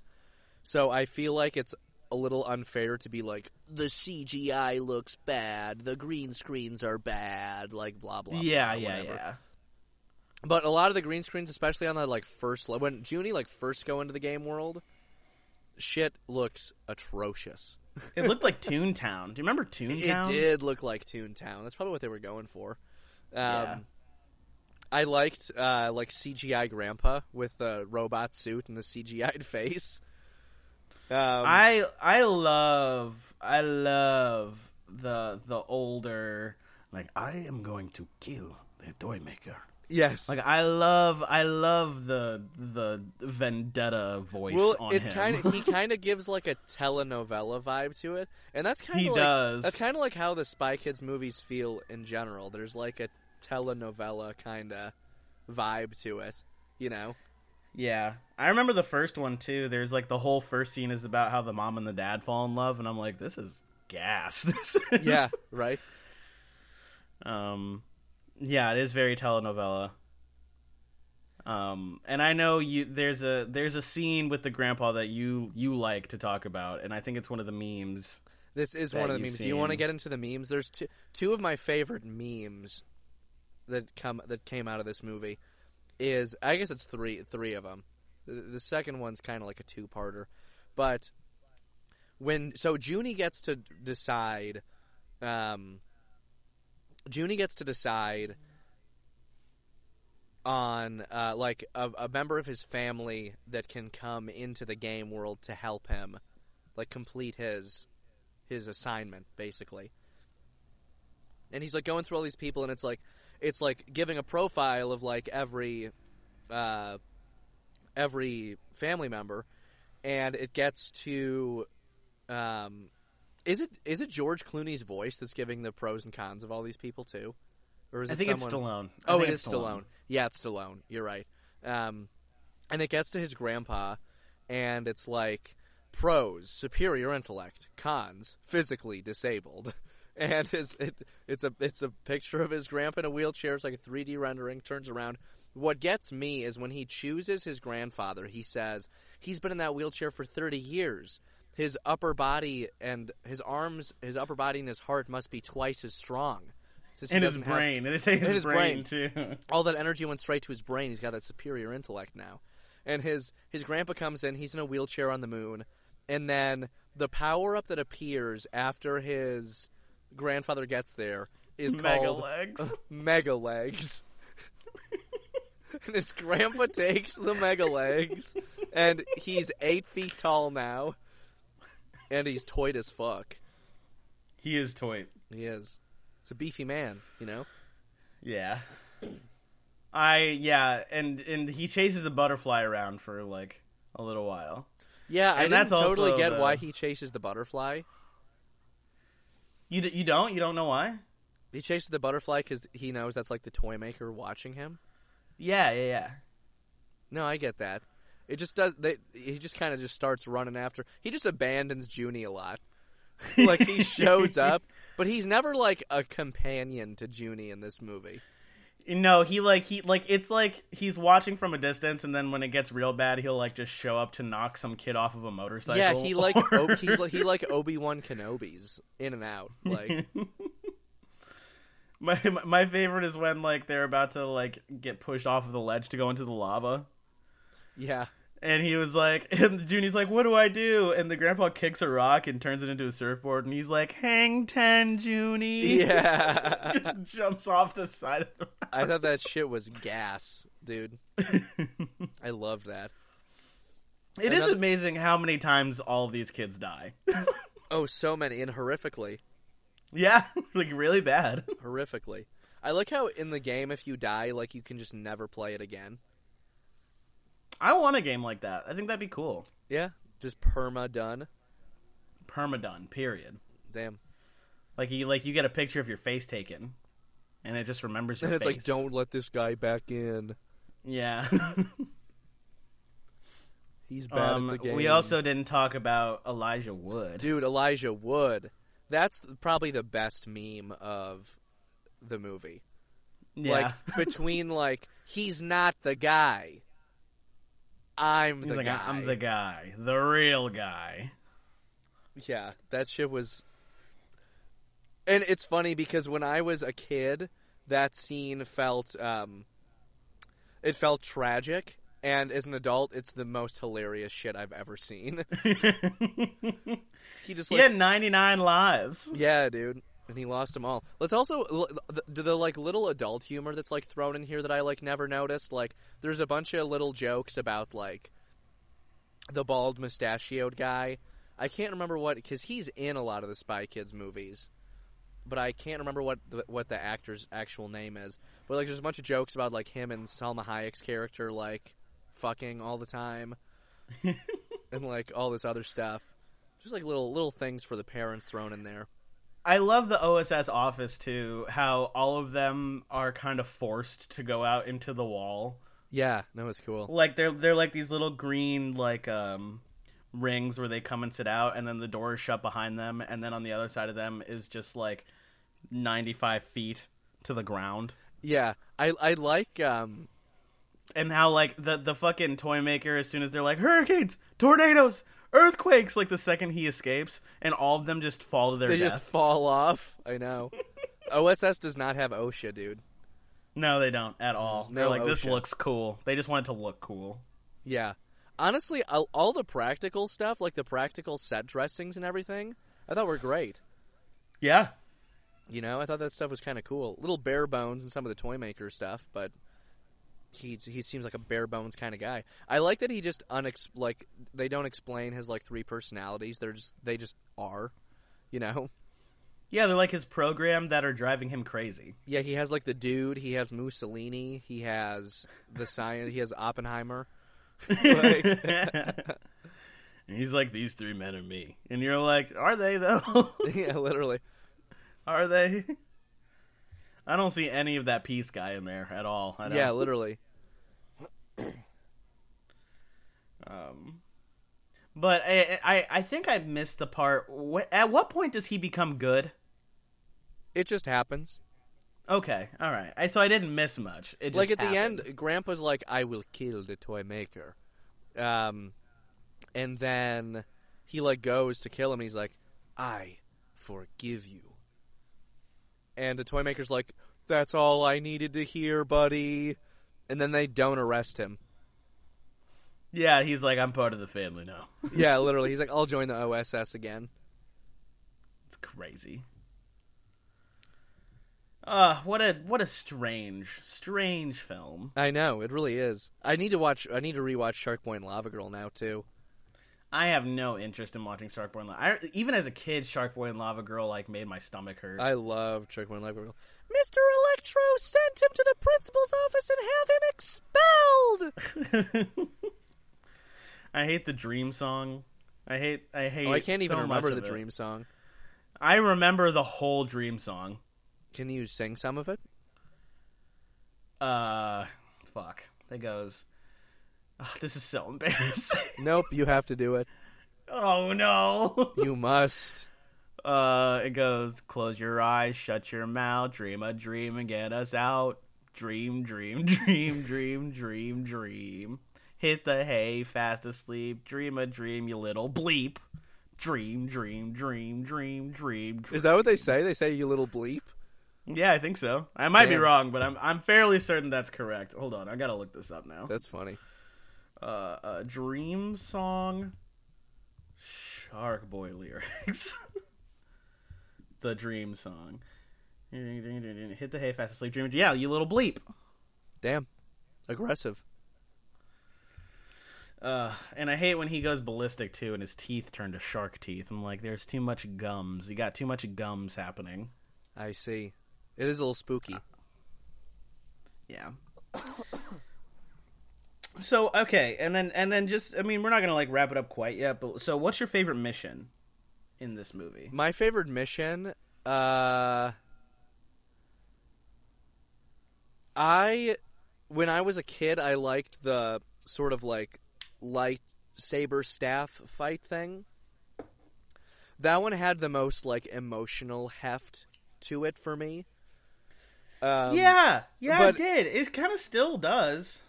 D: So I feel like it's a little unfair to be like the CGI looks bad, the green screens are bad, like blah blah. blah,
C: yeah, yeah,
D: uh, whatever.
C: yeah.
D: But a lot of the green screens, especially on the like first le- when Junie like first go into the game world, shit looks atrocious.
C: It looked like Toontown. Do you remember Toontown?
D: It did look like Toontown. That's probably what they were going for. Um,
C: Yeah.
D: I liked uh, like CGI Grandpa with the robot suit and the CGI face. Um,
C: I I love I love the the older
A: Like, I am going to kill the toy maker.
D: yes,
C: like I love I love the the vendetta voice
D: well,
C: on
D: it's
C: him.
D: kind of he kind of gives like a telenovela vibe to it, and that's kind of
C: He
D: like,
C: does.
D: That's kind of like how the Spy Kids movies feel in general. There's like a telenovela kind of vibe to it, you know?
C: yeah. I remember the first one too. There's like the whole first scene is about how the mom and the dad fall in love and I'm like this is gas. This is
D: Yeah, right.
C: Um, yeah, it is very telenovela. Um, and I know you. There's a there's a scene with the grandpa that you you like to talk about, and I think it's one of the memes.
D: This is
C: That
D: one of the
C: you've
D: memes. Do you want to
C: seen.
D: get into the memes? There's two two of my favorite memes that come that came out of this movie. Is I guess it's three three of them. The, the second one's kind of like a two parter, but when so Junie gets to decide, um, Junie gets to decide on uh, like a, a member of his family that can come into the game world to help him, like complete his his assignment basically. And he's like going through all these people, and it's like it's like giving a profile of like every uh, every family member, and it gets to um, is it is it George Clooney's voice that's giving the pros and cons of all these people too, or is
C: I
D: it
C: think it's
D: someone-
C: Stallone. I
D: Oh,
C: think
D: it is
C: it's
D: Stallone. Yeah, it's Stallone. You're right. Um, and it gets to his grandpa, and it's like pros: superior intellect, cons: physically disabled. And it's it, it's a it's a picture of his grandpa in a wheelchair. It's like a 3D rendering. Turns around. What gets me is when he chooses his grandfather. He says he's been in that wheelchair for 30 years. His upper body and his arms, his upper body and his heart must be twice as strong. Since he
C: And his
D: doesn't have-
C: brain. they say his,
D: his
C: brain,
D: brain.
C: too.
D: all that energy went straight to his brain. He's got that superior intellect now. And his his grandpa comes in, he's in a wheelchair on the moon, and then the power up that appears after his grandfather gets there is
C: Mega
D: called
C: legs.
D: Mega Legs. and his grandpa takes the Mega Legs, and he's eight feet tall now, and he's toyed as fuck.
C: he is toy.
D: He is. It's a beefy man, you know.
C: Yeah. I yeah, and and he chases a butterfly around for like a little while.
D: Yeah, I didn't
C: And that's
D: totally
C: also
D: get
C: the-
D: why he chases the butterfly.
C: You d- you don't you don't know why?
D: He chases the butterfly because he knows that's like the toy maker watching him.
C: Yeah, yeah, yeah.
D: No, I get that. It just does. They, he just kind of just starts running after. He just abandons Junie a lot. like he shows up, but he's never like a companion to Junie in this movie.
C: No, he like he like it's like he's watching from a distance, and then when it gets real bad, he'll like just show up to knock some kid off of a motorcycle.
D: yeah, he like
C: or-
D: o- he's like, he like Obi Wan Kenobi's in and out. Like
C: my my- my favorite is when like they're about to like get pushed off of the ledge to go into the lava,
D: yeah,
C: and he was like, and Junie's like, "What do I do?" And the grandpa kicks a rock and turns it into a surfboard, and he's like, "Hang ten, Junie!"
D: yeah.
C: jumps off the side of the.
D: I thought that shit was gas, dude. I loved that.
C: It is
D: Another-
C: amazing how many times all of these kids die.
D: Oh, so many and horrifically,
C: yeah, like really bad.
D: horrifically. I like how in the game, if you die, like you can just never play it again.
C: I want a game like that. I think that'd be cool.
D: Yeah, just perma done.
C: Permadone, period.
D: Damn.
C: Like you like you get a picture of your face taken and it just remembers your
D: And it's
C: face.
D: like, don't let this guy back in.
C: Yeah.
D: He's bad at
C: um,
D: the game.
C: we also didn't talk about Elijah Wood.
D: dude Elijah Wood. That's probably the best meme of the movie.
C: yeah.
D: Like between like he's not the guy. I'm
C: He's
D: the
C: like,
D: guy.
C: I'm the guy. The real guy.
D: Yeah, that shit was. And it's funny because when I was a kid, that scene felt um, it felt tragic, and as an adult, it's the most hilarious shit I've ever seen. he just
C: He
D: like,
C: had ninety nine lives.
D: yeah, dude, and he lost them all. Let's also l- the, the, the like little adult humor that's like thrown in here that I like never noticed. Like, there's a bunch of little jokes about like the bald mustachioed guy. I can't remember what because he's in a lot of the Spy Kids movies, but I can't remember what the, what the actor's actual name is. But like, there's a bunch of jokes about like him and Salma Hayek's character like fucking all the time, and like all this other stuff. Just like little little things for the parents thrown in there.
C: I love the OSS office too, how all of them are kind of forced to go out into the wall.
D: Yeah, no, it's cool.
C: like they're they're like these little green like um rings where they come and sit out and then the door is shut behind them and then on the other side of them is just like 95 feet to the ground
D: Yeah, I I like um
C: and how like the the fucking toy maker as soon as they're like hurricanes tornadoes earthquakes like the second he escapes and all of them just fall to their
D: they
C: death
D: just fall off. I know. OSS does not have OSHA, dude.
C: no they don't at all
D: There's
C: they're
D: no
C: like this
D: ocean.
C: looks cool they just want it to look cool
D: Yeah. Honestly, all, all the practical stuff, like the practical set dressings and everything, I thought were great.
C: yeah
D: You know, I thought that stuff was kind of cool. Little bare bones and some of the toy maker stuff, but he he seems like a bare bones kind of guy. I like that he just unex like they don't explain his like three personalities. They're just they just are, you know.
C: yeah they're like his program that are driving him crazy
D: Yeah, he has like the dude. He has Mussolini. He has the science. he has Oppenheimer. Like,
C: and he's like, "These three men are me," and you're like, "Are they though?
D: yeah, literally.
C: are they?" I don't see any of that peace guy in there at all. I don't.
D: Yeah, literally.
C: Um, but I, I, I think I missed the part. Wh- At what point does he become good?
D: It just happens.
C: Okay, all right. I, so I didn't miss much. It just
D: like at the
C: happened.
D: end, Grandpa's like, "I will kill the toy maker," um, and then he like goes to kill him. And he's like, "I forgive you," and the toy maker's like, "That's all I needed to hear, buddy." And then they don't arrest him.
C: Yeah, he's like, "I'm part of the family now."
D: yeah, literally, he's like, "I'll join the OSS again."
C: It's crazy. Uh, what a what a strange, strange film.
D: I know it really is. I need to watch. I need to rewatch Shark Boy and Lava Girl now too.
C: I have no interest in watching Sharkboy and Lava. I, even as a kid, Sharkboy and Lava Girl like made my stomach hurt.
D: I love Shark Boy and Lava Girl. Mister Electro sent him to the principal's office and have him expelled.
C: I hate the dream song. I hate. I hate.
D: Oh, I can't
C: so
D: even
C: much
D: remember
C: of
D: the
C: it.
D: dream song.
C: I remember the whole Dream song.
D: Can you sing some of it?
C: Uh, fuck. That goes. Ugh, this is so embarrassing.
D: Nope, you have to do it.
C: oh no.
D: You must.
C: Uh, it goes. Close your eyes, shut your mouth, dream a dream and get us out. Dream, dream, dream, dream, dream, dream. Hit the hay, fast asleep. Dream a dream, you little bleep. Dream, dream, dream, dream, dream. dream.
D: Is that what they say? They say you little bleep.
C: Yeah, I think so. I might be
D: Damn.
C: wrong, but I'm I'm fairly certain that's correct. Hold on, I gotta look this up now.
D: That's funny.
C: Uh, uh dream song, Shark Boy lyrics. the dream song. Hit the hay fast asleep. Dream. Yeah, you little bleep.
D: Damn. Aggressive.
C: Uh, and I hate when he goes ballistic too, and his teeth turn to shark teeth. I'm like, there's too much gums. You got too much gums happening.
D: I see. It is a little spooky.
C: Yeah. So okay, and then and then just I mean we're not gonna like wrap it up quite yet, but so what's your favorite mission in this movie?
D: My favorite mission, uh I when I was a kid I liked the sort of like light saber staff fight thing. That one had the most like emotional heft to it for me. Um,
C: yeah, yeah,
D: but-
C: it did. It kind of still does.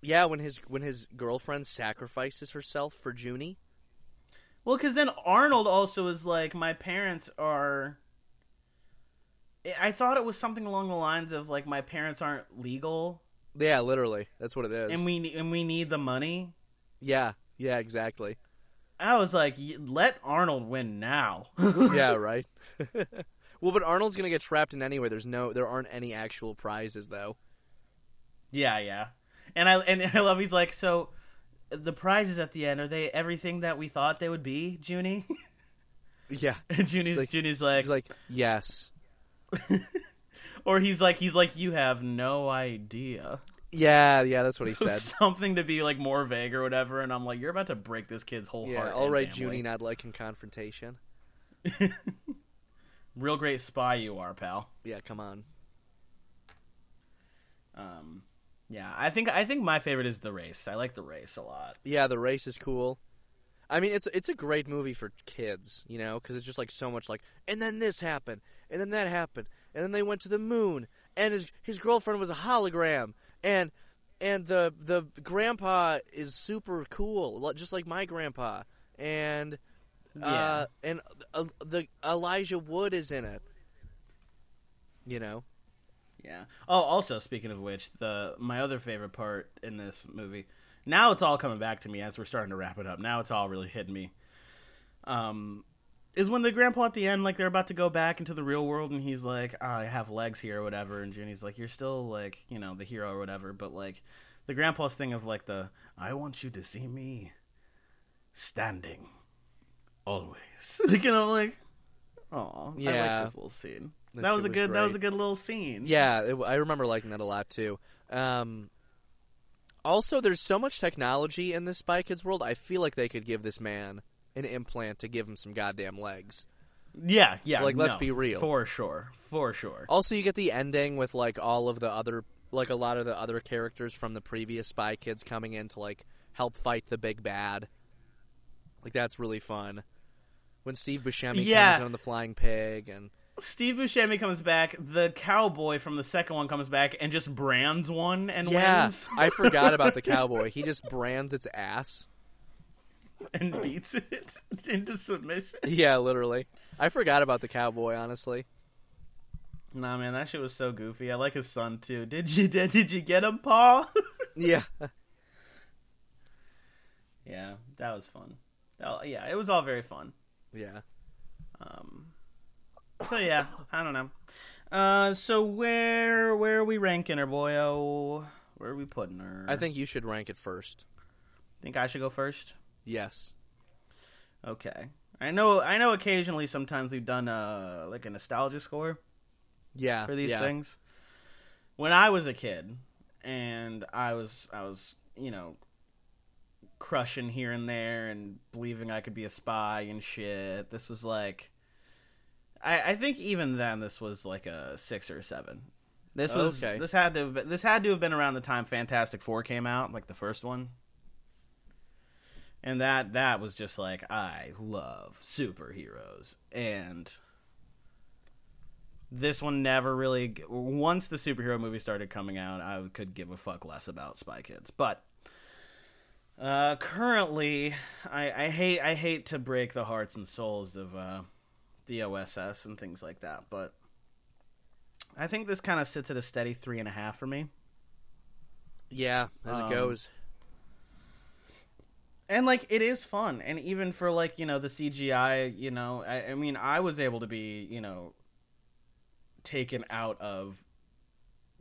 D: yeah. When his when his girlfriend sacrifices herself for Junie,
C: Well, because then Arnold also is like, my parents are. I- I thought it was something along the lines of like, my parents aren't legal,
D: yeah, literally, that's what it is.
C: and we ne- and we need the money.
D: yeah, yeah, exactly.
C: I was like, "Y- let Arnold win now.
D: yeah, right. well, but Arnold's gonna get trapped in anyway. There's no, there aren't any actual prizes though.
C: Yeah, yeah. And I and I love he's like, so the prizes at the end, are they everything that we thought they would be, Junie?
D: Yeah,
C: And Junie's
D: It's like-
C: Junie's like,
D: he's like, yes,
C: or he's like he's like, You have no idea.
D: yeah, yeah. That's what he said.
C: Something to be like more vague or whatever, and I'm like, You're about to break this kid's whole
D: yeah,
C: heart.
D: all
C: and
D: right,
C: family.
D: Junie, not liking confrontation.
C: Real great spy you are, pal.
D: Yeah, come on.
C: Um yeah, I think I think my favorite is the race. I like the race a lot.
D: Yeah, the race is cool. I mean, it's it's a great movie for kids, you know, because it's just like so much like, and then this happened, and then that happened, and then they went to the moon, and his his girlfriend was a hologram, and and the the grandpa is super cool, li- just like my grandpa, and uh, and uh, the Elijah Wood is in it, you know.
C: Yeah. Oh, also speaking of which, the my other favorite part in this movie. Now it's all coming back to me as we're starting to wrap it up. Now it's all really hitting me. Um is when the grandpa at the end, like they're about to go back into the real world, and he's like, "I have legs here, or whatever." And Junie's like, "You're still like, you know, the hero or whatever." But like, the grandpa's thing of like the,
A: I want you to see me standing. Always.
C: like, you know, like, oh, I
D: Yeah.
C: like this little scene.
D: That
C: That,
D: shit
C: was a
D: was
C: good. That was
D: great.
C: a good little scene.
D: Yeah, it, I remember liking that a lot too. Um, also, there's so much technology in this Spy Kids world. I feel like they could give this man an implant to give him some goddamn legs.
C: yeah, yeah.
D: Like, let's
C: no,
D: be real.
C: for sure, for sure.
D: Also, you get the ending with like all of the other, like a lot of the other characters from the previous Spy Kids coming in to like help fight the big bad. Like that's really fun. When Steve Buscemi
C: Yeah.
D: comes in on the flying pig and
C: Steve Buscemi comes back. The cowboy from the second one comes back and just brands one and
D: yeah,
C: wins
D: I forgot about the cowboy. He just brands its ass.
C: and beats it into submission.
D: Yeah, literally. I forgot about the cowboy, honestly.
C: Nah, man, that shit was so goofy. I like his son too. Did you did, did you get him, Paul?
D: Yeah.
C: yeah, that was fun. That- yeah, it was all very fun.
D: Yeah.
C: Um, so yeah, I don't know. Uh, so where where are we ranking her, boyo? Where are we putting her?
D: I think you should rank it first.
C: think I should go first.
D: Yes.
C: Okay. I know. I know. Occasionally, sometimes we've done uh like a nostalgia score.
D: Yeah.
C: for these
D: Uh, yeah.
C: things. When I was a kid, and I was I was you know crushing here and there and believing I could be a spy and shit. This was like I, I think even then this was like a six or a seven. This was
D: Okay.
C: this had to have been, this had to have been around the time Fantastic Four came out, like the first one. And that that was just like I love superheroes, and this one never really. g- Once the superhero movie started coming out, I could give a fuck less about Spy Kids, but. Uh, currently, I, I hate I hate to break the hearts and souls of uh, the OSS and things like that, but I think this kind of sits at a steady three and a half for me.
D: Yeah, as
C: Um,
D: it goes.
C: And like it is fun, and even for like you know the CGI, you know, I, I mean, I was able to be you know taken out of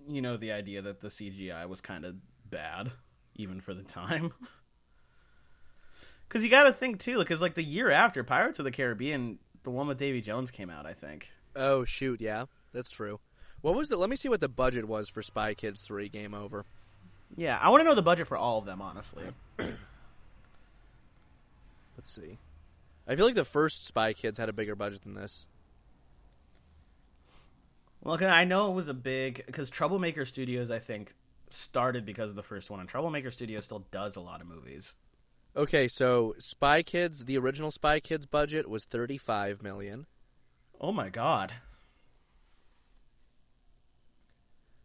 C: you know the idea that the CGI was kind of bad, even for the time. Because you got to think too, because like the year after Pirates of the Caribbean, the one with Davy Jones came out, I think.
D: Oh shoot, yeah, that's true. What was the? Let me see what the budget was for Spy Kids Three. Game over.
C: Yeah, I want to know the budget for all of them, honestly.
D: Let's see. I feel like the first Spy Kids had a bigger budget than this.
C: Well, 'cause I know it was a big because Troublemaker Studios, I think, started because of the first one, and Troublemaker Studios still does a lot of movies.
D: Okay, so Spy Kids, the original Spy Kids budget was thirty-five million.
C: Oh my god!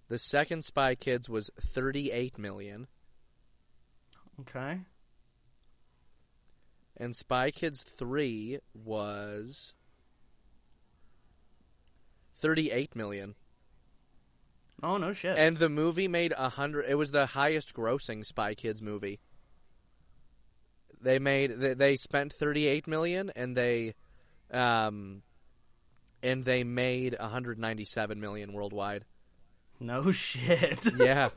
D: The second Spy Kids was thirty-eight million,
C: Okay,
D: and Spy Kids Three was thirty-eight million.
C: oh no shit.
D: And the movie made a hundred. It was the highest grossing Spy Kids movie. They made they, they spent thirty eight million and they, um, and they made one hundred ninety seven million worldwide.
C: no shit.
D: Yeah,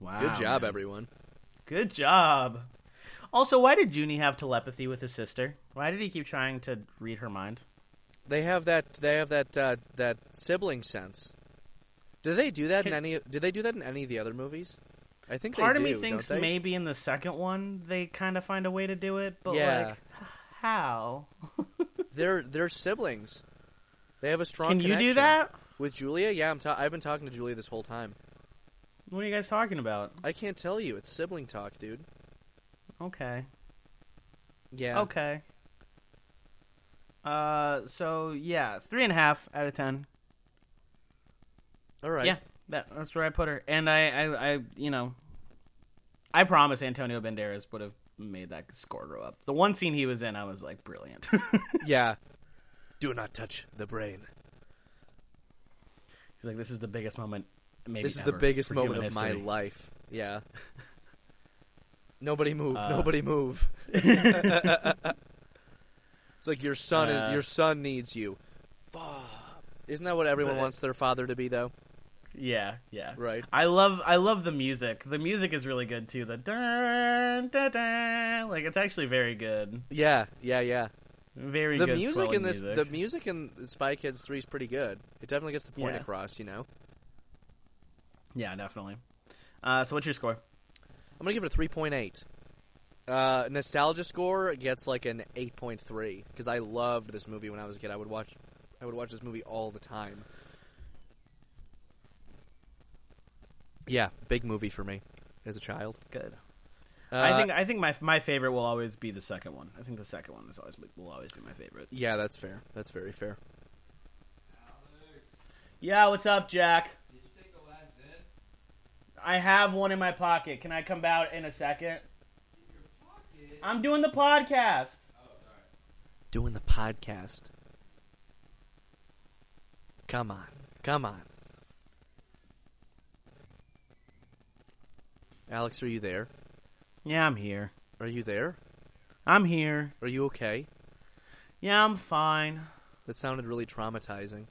C: wow.
D: good job,
C: man.
D: everyone.
C: Good job. Also, why did Junie have telepathy with his sister? Why did he keep trying to read her mind?
D: They have that. They have that. Uh, that sibling sense. Do they do that in
C: Can-
D: any? Do they do that in any of the other movies? I think
C: Part
D: they
C: of
D: do,
C: me thinks
D: don't they?
C: maybe in the second one they kind of find a way to do it, but
D: Yeah.
C: like, how?
D: they're they're siblings. They have a strong.
C: Can you do
D: connection.
C: that?
D: with Julia? Yeah, I'm. Ta- I've been talking to Julia this whole time.
C: What are you guys talking about?
D: I can't tell you. It's sibling talk, dude.
C: Okay.
D: Yeah.
C: Okay. Uh, so yeah, three and a half out of ten.
D: All right.
C: Yeah, that, that's where I put her. And I, I, I, you know, I promise Antonio Banderas would have made that score go up. The one scene he was in, I was like, brilliant. He's
D: Yeah. Do not touch the brain.
C: like, this is the biggest moment. Maybe
D: This is the
C: ever
D: biggest
C: for
D: moment
C: human
D: of my
C: history."
D: life. Yeah. Nobody move.
C: Uh,
D: Nobody move. it's like your son
C: Uh,
D: is. Your son needs you. Fuck. Isn't that what everyone
C: But-
D: wants their father to be, though?
C: Yeah, yeah.
D: Right.
C: I love, I love the music. The music is really good too. The dun, dun, dun. like it's actually very good.
D: Yeah. Yeah. Yeah.
C: Very
D: The
C: good.
D: music
C: swelling
D: in this,
C: music.
D: the music in Spy Kids Three is pretty good. It definitely gets the point
C: Yeah.
D: across. You know.
C: yeah, definitely. Uh, so what's your score?
D: I'm gonna give it a three point eight. Uh, nostalgia score gets like an eight point three because I loved this movie when I was a kid. I would watch, I would watch this movie all the time. Yeah, big movie for me as a child.
C: Good.
D: Uh,
C: I think I think my my favorite will always be the second one. I think the second one is always will always be my favorite.
D: Yeah, that's fair. That's very fair.
C: Yeah, what's up, Jack?
E: Did you take the last in?
C: I have one in my pocket. Can I come out in a second?
E: Your pocket?
C: I'm doing the podcast.
E: Oh, sorry.
D: Doing the podcast. Come on, come on. Alex, are you there?
C: Yeah, I'm here.
D: Are you there?
C: I'm here.
D: Are you okay?
C: Yeah, I'm fine.
D: That sounded really traumatizing.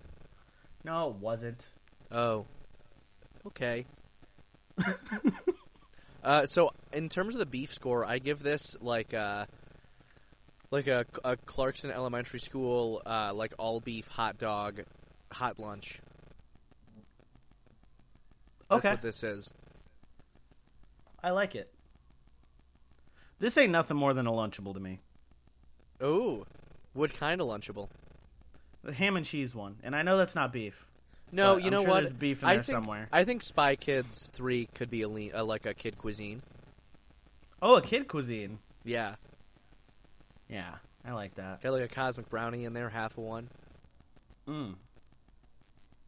C: No, it wasn't.
D: Oh. Okay. uh, so in terms of the beef score, I give this like uh like a, a Clarkson Elementary School uh, like all beef hot dog hot lunch. That's
C: Okay.
D: what this is.
C: I like it. This ain't nothing more than a lunchable to me.
D: Ooh. What kind of lunchable?
C: The ham and cheese one, and I know that's not beef.
D: No,
C: But
D: you
C: I'm
D: know
C: sure
D: what?
C: there's beef in
D: I
C: there
D: think,
C: somewhere.
D: I think Spy Kids three could be a lean, uh, like a kid cuisine.
C: Oh, a kid cuisine.
D: Yeah,
C: Yeah, I like that.
D: got like a cosmic brownie in there, half of one.
C: Mm.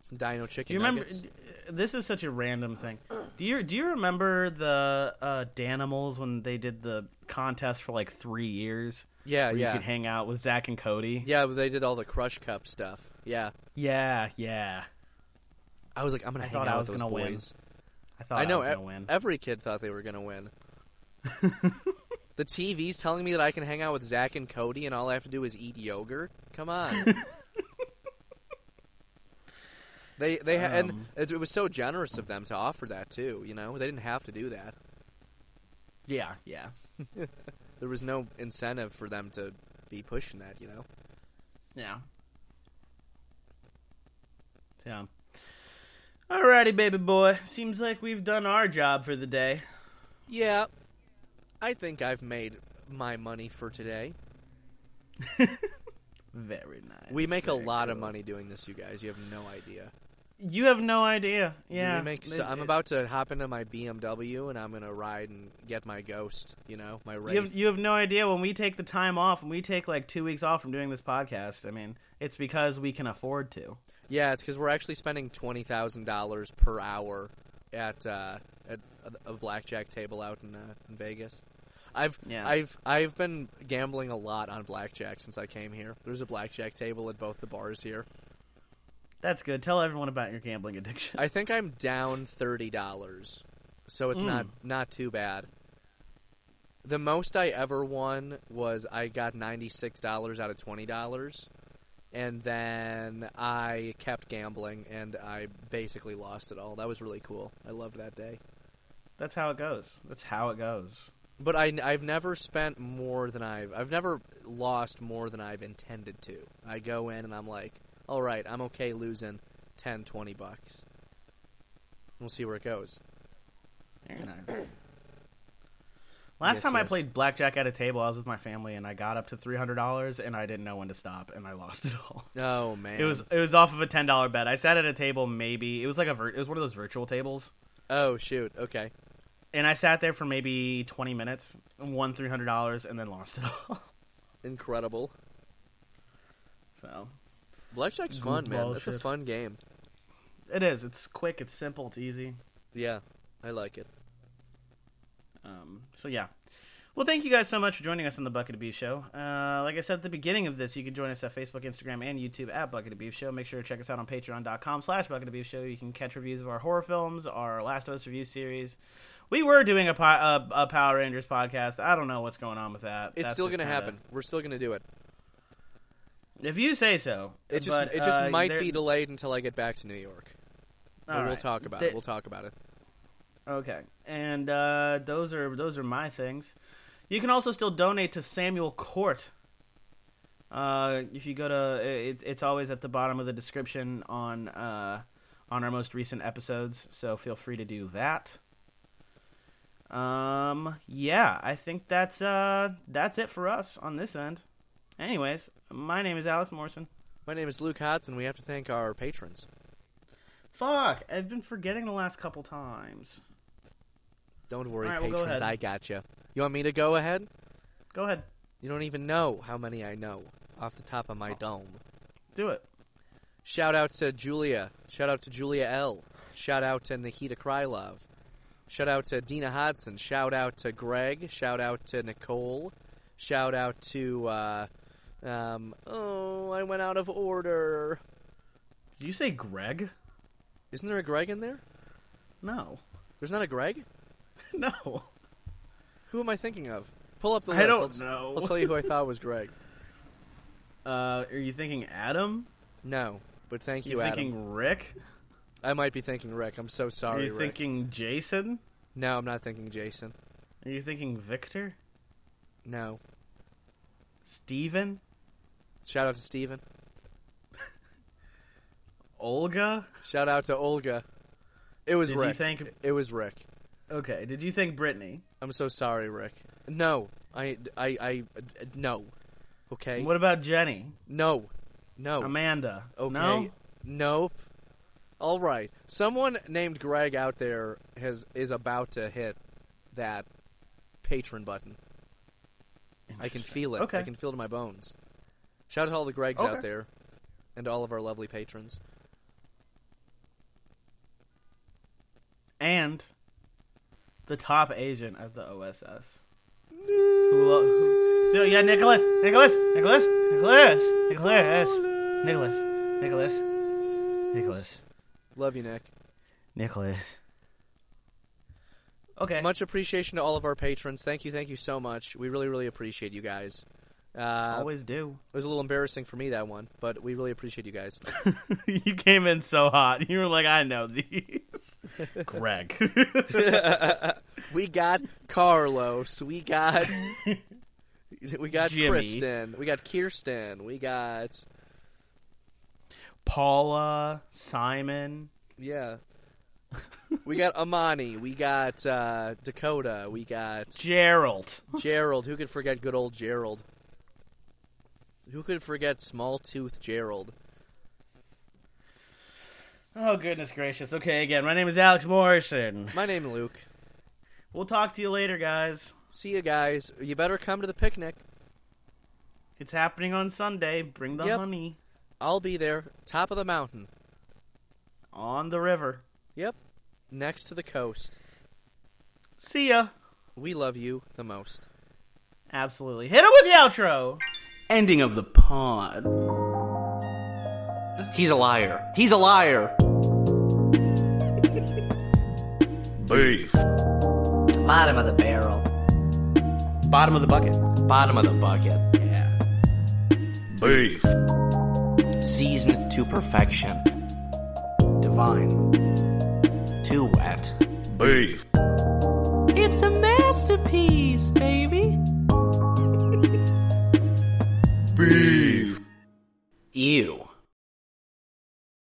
D: Some Dino
C: Do
D: chicken.
C: you remember?
D: nuggets.
C: d- This is such a random thing. Do you do you remember the uh, Danimals when they did the contest for like three years?
D: Yeah,
C: where you
D: yeah,
C: could hang out with Zach and Cody.
D: yeah. But they did all the Crush Cup stuff. Yeah,
C: Yeah, yeah.
D: I was like, I'm gonna
C: I
D: hang
C: thought
D: out
C: I
D: with
C: was
D: those
C: gonna win.
D: boys.
C: I thought
D: I know
C: was
D: e-
C: gonna win.
D: every kid thought they were gonna win. the TV's telling me that I can hang out with Zach and Cody, and all I have to do is eat yogurt. Come on. they they ha- and
C: Um.
D: it, it was so generous of them to offer that too. You know, they didn't have to do that.
C: yeah, yeah.
D: There was no incentive for them to be pushing that. You know.
C: Yeah. Yeah. Alrighty, baby boy. Seems like we've done our job for the day.
D: Yeah, I think I've made my money for today.
C: Very nice.
D: we make a
C: very
D: lot of
C: cool.
D: money doing this, you guys. You have no idea.
C: You have no idea. Yeah.
D: We make- so
C: It-
D: I'm
C: it-
D: about to hop into my BMW and I'm gonna ride and get my ghost. You know, my
C: You
D: wraith.
C: have, you have no idea when we take the time off, when we take like two weeks off from doing this podcast. I mean, it's because we can afford to.
D: Yeah, it's because we're actually spending twenty thousand dollars per hour at uh, at a- a blackjack table out in, uh, in Vegas. I've
C: Yeah.
D: I've I've been gambling a lot on blackjack since I came here. There's a blackjack table at both the bars here.
C: That's good. Tell everyone about your gambling addiction.
D: I think I'm down thirty dollars, so it's not not too bad. The most I ever won was I got ninety six dollars out of twenty dollars, and then I kept gambling and I basically lost it all. That was really cool. I loved that day.
C: That's how it goes. That's how it goes.
D: But I, have never spent more than I've I've never lost more than I've intended to. I go in and I'm like, all right, I'm okay losing 10, 20 bucks. We'll see where it goes.
C: Very nice. Last
D: Yes,
C: time I
D: yes.
C: played blackjack at a table, I was with my family, and I got up to three hundred dollars, and I didn't know when to stop, and I lost it all.
D: Oh man,
C: It was it was off of a ten dollar bet. I sat at a table, maybe it was like a vir- it was one of those virtual tables,
D: Oh shoot. Okay.
C: and I sat there for maybe twenty minutes, won three hundred dollars, and then lost it all.
D: Incredible.
C: so
D: Blackjack's fun, man.
C: Goofball
D: That's a
C: shit.
D: fun game.
C: it is. It's quick. It's simple. It's easy.
D: Yeah, I like it.
C: Um, so yeah. Well, thank you guys so much for joining us on the Bucket of Beef Show. Uh, like I said at the beginning of this, you can join us at Facebook, Instagram, and YouTube at Bucket of Beef Show. Make sure to check us out on patreon.com slash Bucket of Beef Show. You can catch reviews of our horror films, our Last of Us review series. We were doing a, po- a, a Power Rangers podcast. I don't know what's going on with that.
D: It's
C: That's
D: still
C: just
D: gonna
C: kinda-
D: happen. We're still gonna do it.
C: If you say so.
D: It just
C: But,
D: it just
C: uh,
D: might
C: there-
D: be delayed until I get back to New York. But
C: all
D: we'll
C: right.
D: talk about
C: Th-
D: it. We'll talk about it.
C: Okay, and uh, those are those are my things. You can also still donate to Samuel Court. Uh, if you go to it, it's always at the bottom of the description on uh, on our most recent episodes, so feel free to do that. Um, yeah, I think that's uh that's it for us on this end. Anyways, my name is Alex Morrison.
D: My name is Luke Hodson. We have to thank our patrons.
C: Fuck, I've been forgetting the last couple times.
D: Don't worry,
C: All right, well, go
D: patrons.
C: ahead.
D: I got you. You want me to go ahead?
C: Go ahead,
D: You don't even know how many I know off the top of my
C: Oh.
D: dome.
C: do it.
D: Shout out to Julia. Shout out to Julia L. Shout out to Nikita Krylov. Shout out to Dina Hodson. Shout out to Greg. Shout out to Nicole. Shout out to uh, um, oh, I went out of order.
C: Did you say Greg?
D: Isn't there a Greg in there?
C: No,
D: There's not a Greg.
C: no.
D: Who am I thinking of? Pull up the
C: I
D: list.
C: don't
D: Let's-
C: know.
D: I'll tell you who I thought was Greg.
C: Uh, are you thinking Adam?
D: No, but thank you,
C: you
D: Adam.
C: thinking Rick?
D: I might be thinking Rick. I'm so
C: Are
D: sorry,
C: you
D: Rick.
C: thinking Jason?
D: No, I'm not thinking Jason.
C: Are you thinking Victor?
D: No.
C: Steven?
D: Shout out to Steven.
C: Olga?
D: Shout out to Olga. It was
C: Did you
D: Rick.
C: thank-
D: It was Rick.
C: Okay, did you think Brittany?
D: I'm so sorry, Rick. No, I, I, I, no. Okay.
C: What about Jenny?
D: No. No.
C: Amanda.
D: Okay.
C: No?
D: Nope. All right. Someone named Greg out there has is about to hit that patron button. I can feel it.
C: Okay.
D: I can feel it in my bones. Shout out to all the Gregs out
C: Okay.
D: there and to all of our lovely patrons.
C: And the top agent of the OSS. Who lo- who- so yeah, Nicholas, Nicholas, Nicholas, Nicholas, Nicholas, Nicholas, Nicholas, Nicholas,
D: Love you, Nick.
C: Nicholas. Okay.
D: Much appreciation to all of our patrons. Thank you, thank you so much. We really, really appreciate you guys. Uh,
C: always do.
D: it was a little embarrassing for me that one, but we really appreciate you guys.
C: you came in so hot. You were like, I know these. Greg.
D: we got Carlos. We got we got
C: Jimmy.
D: Kristen. We got Kirsten. We got
C: Paula, Simon,
D: yeah. we got Amani. We got uh, Dakota. We got
C: Gerald.
D: Gerald. Who could forget good old Gerald? Who could forget small tooth Gerald?
C: Oh, goodness gracious. Okay, again, my name is Alex Morrison.
D: My name Luke.
C: We'll talk to you later, guys.
D: See you guys. You better come to the picnic.
C: It's happening on Sunday. Bring the
D: Yep.
C: honey
D: I'll be there, top of the mountain.
C: on the river.
D: Yep. Next to the coast.
C: See ya.
D: We love you the most.
C: Absolutely. Hit it with the outro. Ending of the pod.
B: He's a liar. He's a liar.
A: Beef.
B: Bottom of the barrel.
A: Bottom of the bucket.
B: Bottom of the bucket.
C: Yeah.
A: Beef.
B: Seasoned to perfection.
A: Divine.
B: Too wet.
A: Beef.
B: It's a masterpiece, baby.
A: Beef.
B: Ew.